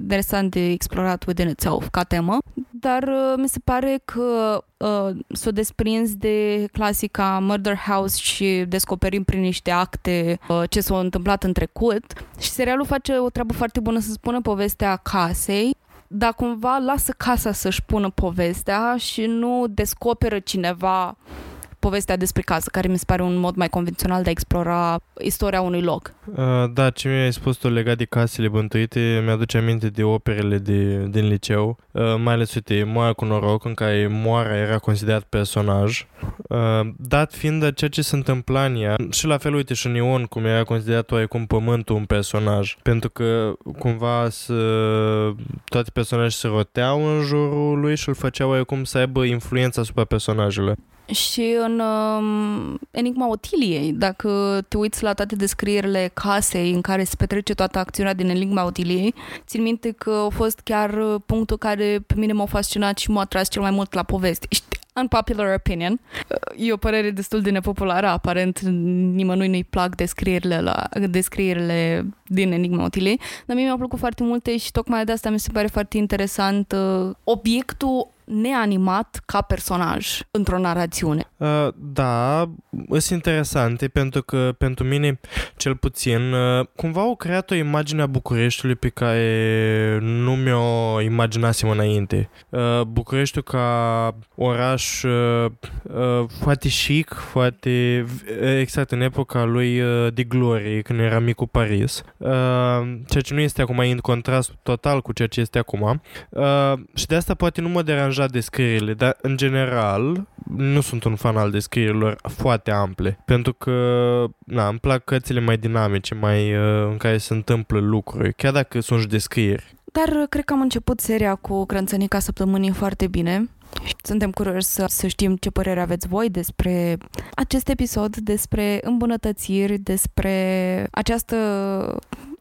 Speaker 6: interesant de explorat within itself ca temă, dar uh, mi se pare că uh, s-o desprins de clasica Murder House și descoperim prin niște acte uh, ce s-a întâmplat în trecut și serialul face o treabă foarte bună să spună povestea casei dar cumva lasă casa să-și pună povestea și nu descoperă cineva povestea despre casă, care mi se pare un mod mai convențional de a explora istoria unui loc.
Speaker 5: Uh, da, ce mi-ai spus tu legat de casele bântuite, mi-aduce aminte de operele de, din liceu, uh, mai ales, uite, Moara cu noroc, în care Moara era considerat personaj, uh, dat fiind ceea ce se întâmpla în ea, și la fel, uite, și în Ion, cum era considerat oarecum pământul un personaj, pentru că cumva să, toate personajele se roteau în jurul lui și îl făceau oarecum să aibă influența asupra personajelor
Speaker 6: și în um, Enigma Otiliei, dacă te uiți la toate descrierile casei în care se petrece toată acțiunea din Enigma Otiliei, țin minte că a fost chiar punctul care pe mine m-a fascinat și m-a atras cel mai mult la poveste. Unpopular opinion. E o părere destul de nepopulară, aparent nimănui nu-i plac descrierile, la, descrierile din Enigma Otiliei, dar mie mi-au plăcut foarte multe și tocmai de asta mi se pare foarte interesant uh, obiectul neanimat ca personaj într-o narațiune.
Speaker 5: Uh, da, sunt interesante pentru că pentru mine, cel puțin, uh, cumva au creat o imagine a Bucureștiului pe care nu mi-o imaginasem înainte. Uh, Bucureștiul ca oraș uh, uh, foarte chic, foarte exact în epoca lui uh, de glorie, când era micul Paris, uh, ceea ce nu este acum, e în contrast total cu ceea ce este acum. Uh, și de asta poate nu mă deranja deranjat descrierile, dar în general nu sunt un fan al descrierilor foarte ample, pentru că na, îmi plac cărțile mai dinamice, mai uh, în care se întâmplă lucruri, chiar dacă sunt și descrieri.
Speaker 6: Dar cred că am început seria cu Crânțănica săptămânii foarte bine. Suntem curioși să, să știm ce părere aveți voi despre acest episod, despre îmbunătățiri, despre această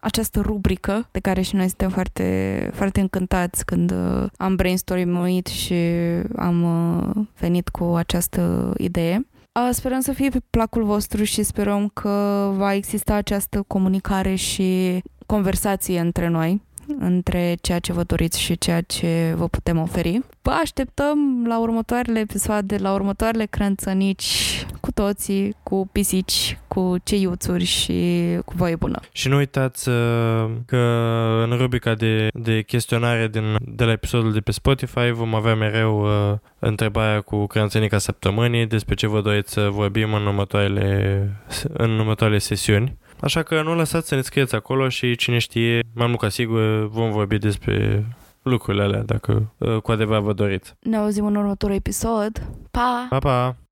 Speaker 6: această rubrică de care și noi suntem foarte, foarte încântați când uh, am brainstormuit și am uh, venit cu această idee. Uh, Sperăm să fie pe placul vostru și sperăm că va exista această comunicare și conversație între noi între ceea ce vă doriți și ceea ce vă putem oferi. Vă așteptăm la următoarele episoade, la următoarele crânțănici cu toții, cu pisici, cu ceiuțuri și cu voie bună.
Speaker 5: Și nu uitați uh, că în rubrica de, de chestionare din, de la episodul de pe Spotify vom avea mereu uh, întrebarea cu crânțănica săptămânii despre ce vă doriți să vorbim în următoarele, în următoarele sesiuni. Așa că nu lăsați să ne scrieți acolo și cine știe, mai mult ca sigur, vom vorbi despre lucrurile alea, dacă uh, cu adevărat vă doriți.
Speaker 6: Ne auzim în următorul episod. Pa!
Speaker 5: Pa, pa!